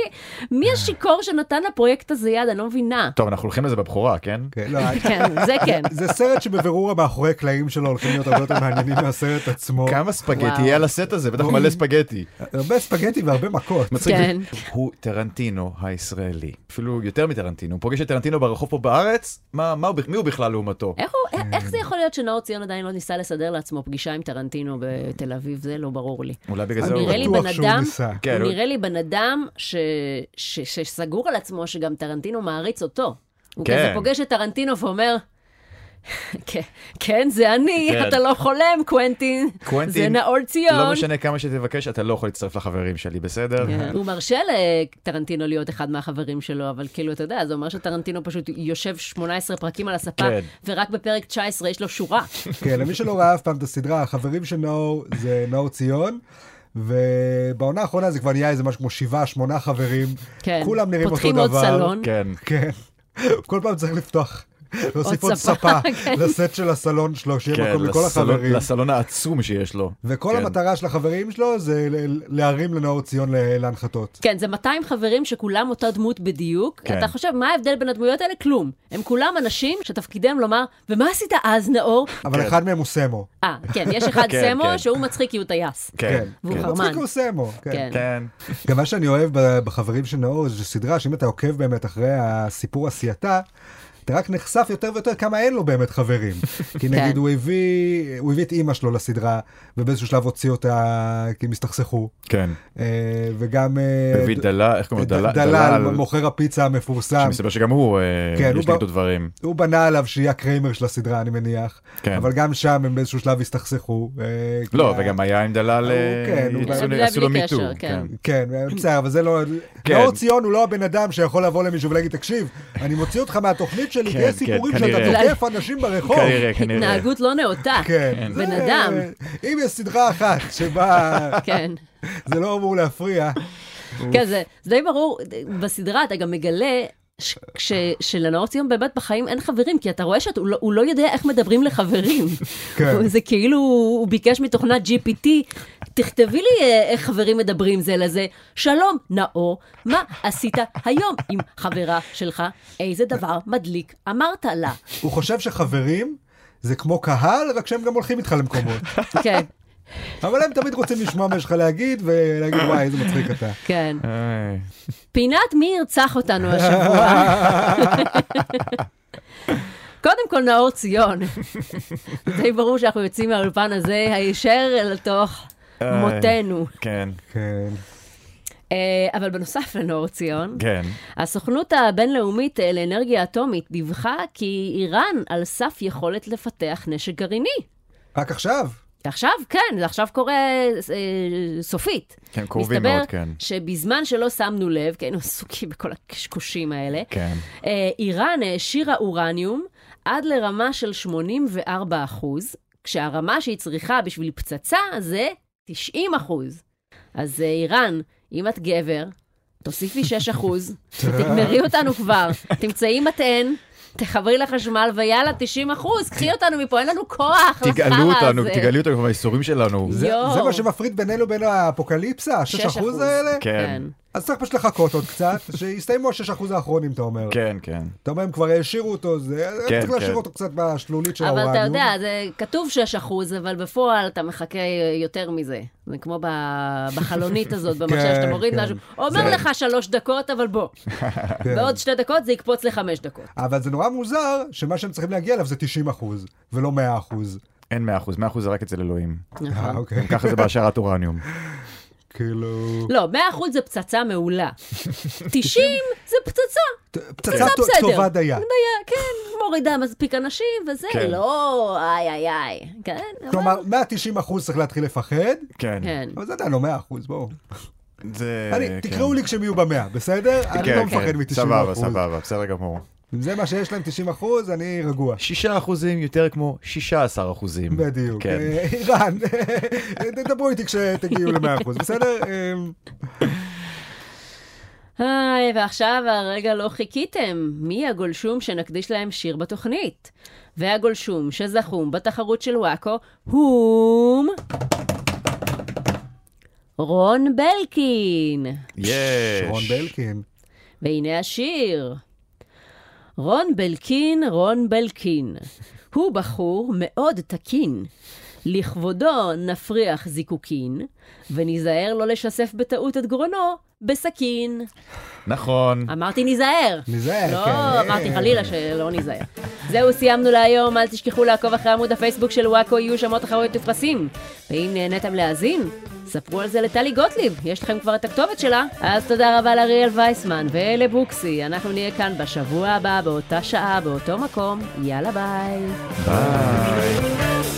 Speaker 2: מי השיכור שנתן לפרויקט הזה יד? אני לא מבינה.
Speaker 3: טוב, אנחנו הולכים לזה בבכורה, כן?
Speaker 1: כן, לא,
Speaker 2: כן, זה כן.
Speaker 1: זה סרט שבבירור המאחורי קלעים שלו הולכים להיות הרבה יותר מעניינים מהסרט עצמו.
Speaker 3: כמה ספגטי
Speaker 2: וואו.
Speaker 3: יהיה על הסט הזה, בטח מלא ספגטי.
Speaker 1: הרבה ספגטי והרבה מכות.
Speaker 3: מצחיק.
Speaker 2: כן.
Speaker 3: הוא טרנטינו הישראלי. אפילו יותר מטרנטינו, הוא פוגש את טרנטינו ברחוב פה בארץ, מה- מה הוא בכ- מי הוא בכלל לעומתו?
Speaker 2: איך, הוא, איך
Speaker 3: כן.
Speaker 2: זה יכול להיות שנאור ציון עדיין לא ניסה לסדר לעצמו פגישה עם טרנטינו בתל אביב? זה לא ברור לי.
Speaker 3: אולי בגלל זה
Speaker 1: אני
Speaker 3: הוא...
Speaker 2: נראה לי
Speaker 1: בטוח
Speaker 2: בן
Speaker 1: שהוא
Speaker 2: אדם-
Speaker 1: ניסה.
Speaker 3: כן,
Speaker 2: הוא
Speaker 3: הוא-
Speaker 2: נראה לי בן אדם ש... ש... שסגור על עצמו שגם טרנטינו מעריץ אותו. הוא
Speaker 3: כן.
Speaker 2: כזה פוגש את טרנטינו ואומר, "כן, כן, זה אני,
Speaker 3: כן.
Speaker 2: אתה לא חולם, קוונטין.
Speaker 3: קוונטין,
Speaker 2: זה נאור
Speaker 3: לא
Speaker 2: ציון.
Speaker 3: משנה כמה שתבקש, אתה לא יכול להצטרף לחברים שלי, בסדר?
Speaker 2: כן. הוא מרשה לטרנטינו להיות אחד מהחברים שלו, אבל כאילו, אתה יודע, זה אומר שטרנטינו פשוט יושב 18 פרקים על הספה,
Speaker 3: כן.
Speaker 2: ורק בפרק 19 יש לו שורה.
Speaker 1: כן, למי שלא ראה אף פעם את הסדרה, החברים של נאור זה נאור ציון. ובעונה האחרונה זה כבר נהיה איזה משהו כמו שבעה, שמונה חברים.
Speaker 2: כן.
Speaker 1: כולם נראים אותו דבר.
Speaker 2: פותחים עוד סלון.
Speaker 3: כן.
Speaker 1: כן. כל פעם צריך לפתוח. להוסיף עוד
Speaker 2: ספה,
Speaker 1: ספה
Speaker 2: כן.
Speaker 1: לסט של הסלון שלו, שיהיה
Speaker 3: כן,
Speaker 1: מקום לכל
Speaker 3: לסלון-
Speaker 1: החברים.
Speaker 3: לסלון העצום שיש לו.
Speaker 1: וכל
Speaker 3: כן.
Speaker 1: המטרה של החברים שלו זה ל- להרים לנאור ציון ל- להנחתות.
Speaker 2: כן, זה 200 חברים שכולם אותה דמות בדיוק. כן.
Speaker 3: כן.
Speaker 2: אתה חושב, מה ההבדל בין הדמויות האלה? כלום. הם כולם אנשים שתפקידם לומר, ומה עשית אז, נאור?
Speaker 1: אבל
Speaker 3: כן.
Speaker 1: אחד מהם הוא סמו.
Speaker 2: אה, כן, יש אחד
Speaker 3: כן,
Speaker 2: סמו
Speaker 3: כן.
Speaker 2: שהוא מצחיק כי הוא טייס.
Speaker 3: כן.
Speaker 2: והוא
Speaker 3: כן.
Speaker 2: חרמן.
Speaker 1: מצחיק הוא סמו. כן.
Speaker 2: כן.
Speaker 3: כן.
Speaker 1: גם מה שאני אוהב ב- בחברים של נאור זה סדרה שאם אתה עוקב באמת אחרי הסיפור עשייתה. אתה רק נחשף יותר ויותר כמה אין לו באמת חברים. כי נגיד הוא הביא, הוא הביא את אימא שלו לסדרה, ובאיזשהו שלב הוציא אותה כי הם הסתכסכו.
Speaker 3: כן.
Speaker 1: אה, וגם אה,
Speaker 3: הביא דלל, איך קוראים
Speaker 1: ד-
Speaker 3: לו? דלל-
Speaker 1: דלל, מוכר הפיצה המפורסם.
Speaker 3: שמסתבר שגם הוא, אה,
Speaker 1: כן, הוא
Speaker 3: יש
Speaker 1: בא-
Speaker 3: נגדו דברים.
Speaker 1: הוא בנה עליו שיהיה הקריימר של הסדרה, אני מניח.
Speaker 3: כן.
Speaker 1: אבל גם שם הם באיזשהו שלב הסתכסכו. אה, כי
Speaker 3: לא,
Speaker 1: ה-
Speaker 3: וגם היה עם דלל, אה,
Speaker 1: כן, הוא-
Speaker 3: עשו-
Speaker 2: זה בלי
Speaker 3: עשו לו
Speaker 2: קשר,
Speaker 3: מיטו.
Speaker 2: כן.
Speaker 1: כן, בסדר, אבל זה לא...
Speaker 3: כן.
Speaker 1: נאור ציון הוא לא הבן אדם שיכול לבוא למישהו ולהגיד, תקשיב, אני מוציא אותך מהתוכנית של
Speaker 3: כן,
Speaker 1: יהיה
Speaker 3: כן,
Speaker 1: סיפורים שאתה
Speaker 3: כנראה.
Speaker 1: תוקף אנשים ברחוב.
Speaker 3: כן, כנראה, כנראה.
Speaker 2: התנהגות לא נאותה.
Speaker 1: כן.
Speaker 2: בן
Speaker 1: זה-
Speaker 2: אדם.
Speaker 1: אם יש סדרה אחת שבה
Speaker 2: כן.
Speaker 1: זה לא אמור להפריע,
Speaker 2: כן, זה זה די ברור, בסדרה אתה גם מגלה ש- כש- שלנאור ציון באמת בחיים אין חברים, כי אתה רואה שהוא לא יודע איך מדברים לחברים.
Speaker 1: כן.
Speaker 2: הוא- זה כאילו, הוא ביקש מתוכנת GPT, תכתבי לי אה, איך חברים מדברים זה לזה. שלום, נאור, מה עשית היום עם חברה שלך? איזה דבר מדליק אמרת לה.
Speaker 1: הוא חושב שחברים זה כמו קהל, רק שהם גם הולכים איתך למקומות.
Speaker 2: כן,
Speaker 1: אבל הם תמיד רוצים לשמוע מה יש לך להגיד, ולהגיד, וואי, איזה מצחיק אתה.
Speaker 2: כן.
Speaker 3: איי.
Speaker 2: פינת מי ירצח אותנו השבוע. קודם כל נאור ציון. די ברור שאנחנו יוצאים מהאולפן הזה הישר לתוך
Speaker 3: איי.
Speaker 2: מותנו.
Speaker 3: כן,
Speaker 1: כן.
Speaker 2: אה, אבל בנוסף לנאור ציון,
Speaker 3: כן.
Speaker 2: הסוכנות הבינלאומית אה, לאנרגיה אטומית דיווחה כי איראן על סף יכולת לפתח נשק גרעיני.
Speaker 1: רק עכשיו?
Speaker 2: עכשיו, כן, זה עכשיו קורה אה, סופית.
Speaker 3: כן, קרובים
Speaker 2: מסתבר
Speaker 3: מאוד, כן.
Speaker 2: שבזמן שלא שמנו לב, כי היינו עסוקים בכל הקשקושים האלה,
Speaker 3: כן.
Speaker 2: אה, איראן העשירה אורניום עד לרמה של 84 אחוז, כשהרמה שהיא צריכה בשביל פצצה זה 90 אחוז. אז אה, איראן, אם את גבר, תוסיפי 6 אחוז, תגמרי אותנו כבר, תמצאי מטען. תחברי לחשמל, ויאללה, 90 אחוז, קחי אותנו מפה, אין לנו כוח לחרא הזה.
Speaker 3: תגאלו אותנו, תגאלו אותנו מהייסורים שלנו.
Speaker 1: זה
Speaker 2: יואו.
Speaker 1: זה מה שמפריד בינינו לבין האפוקליפסה?
Speaker 2: שש
Speaker 1: 6%
Speaker 2: אחוז.
Speaker 1: האלה?
Speaker 3: כן,
Speaker 1: אז צריך פשוט לחכות עוד קצת, שיסתיימו ה-6% האחרונים, אתה אומר.
Speaker 3: כן, כן.
Speaker 1: אתה אומר, הם כבר העשירו אותו, זה...
Speaker 3: כן,
Speaker 1: צריך להשאיר
Speaker 3: כן.
Speaker 1: אותו קצת בשלולית של
Speaker 2: אבל
Speaker 1: האורניום.
Speaker 2: אתה יודע, זה כתוב 6 אחוז, אבל בפועל אתה מחכה יותר מזה. זה כמו ב- בחלונית הזאת, במחשב שאתה מוריד
Speaker 1: כן.
Speaker 2: משהו. אומר לך שלוש דקות, אבל בוא.
Speaker 1: כן.
Speaker 2: בעוד שתי דקות זה יקפוץ לחמש דקות.
Speaker 1: אבל זה נורא מוזר, שמה שהם צריכים להגיע אליו זה 90% ולא 100%.
Speaker 3: אין 100%, 100% זה רק אצל אלוהים.
Speaker 1: אה,
Speaker 2: נכון.
Speaker 1: אוקיי.
Speaker 3: ככה זה בהשערת אורניום.
Speaker 1: כאילו...
Speaker 2: לא, 100 אחוז זה פצצה מעולה. 90 זה פצצה.
Speaker 1: פצצה טו-
Speaker 2: לא בסדר.
Speaker 1: טובה דייה.
Speaker 2: דייה, כן, מורידה מספיק אנשים וזה,
Speaker 3: כן.
Speaker 2: לא, איי איי איי. כן, אבל...
Speaker 1: כלומר, 190% צריך להתחיל לפחד,
Speaker 3: כן.
Speaker 2: כן.
Speaker 1: אבל זה עדיין לא 100%, בואו.
Speaker 3: זה...
Speaker 1: אני,
Speaker 3: כן.
Speaker 1: תקראו לי כשהם יהיו במאה, בסדר? אני
Speaker 3: כן,
Speaker 1: לא
Speaker 3: כן.
Speaker 1: מפחד מ-90%.
Speaker 3: סבבה, סבבה, בסדר גמור.
Speaker 1: אם זה מה שיש להם 90%, אני רגוע.
Speaker 3: 6% יותר כמו 16%.
Speaker 1: בדיוק.
Speaker 3: כן.
Speaker 1: אה, איראן, תדברו איתי כשתגיעו ל-100%, בסדר? אה,
Speaker 2: היי, ועכשיו הרגע לא חיכיתם. מי הגולשום שנקדיש להם שיר בתוכנית? והגולשום שזכום בתחרות של וואקו הוא... רון בלקין.
Speaker 3: יש.
Speaker 1: שרון בלקין.
Speaker 2: והנה השיר. רון בלקין, רון בלקין. הוא בחור מאוד תקין. לכבודו נפריח זיקוקין, וניזהר לא לשסף בטעות את גרונו בסכין.
Speaker 3: נכון.
Speaker 2: אמרתי ניזהר.
Speaker 1: ניזהר,
Speaker 2: לא,
Speaker 1: כן.
Speaker 2: אמרתי חלילה שלא ניזהר. זהו, סיימנו להיום, אל תשכחו לעקוב אחרי עמוד הפייסבוק של וואקו, יהיו שם עוד תחרויות ופרסים. ואם נהניתם להאזין, ספרו על זה לטלי גוטליב, יש לכם כבר את הכתובת שלה. אז תודה רבה לאריאל וייסמן ולבוקסי, אנחנו נהיה כאן בשבוע הבא, באותה שעה, באותו מקום. יאללה ביי.
Speaker 3: ביי.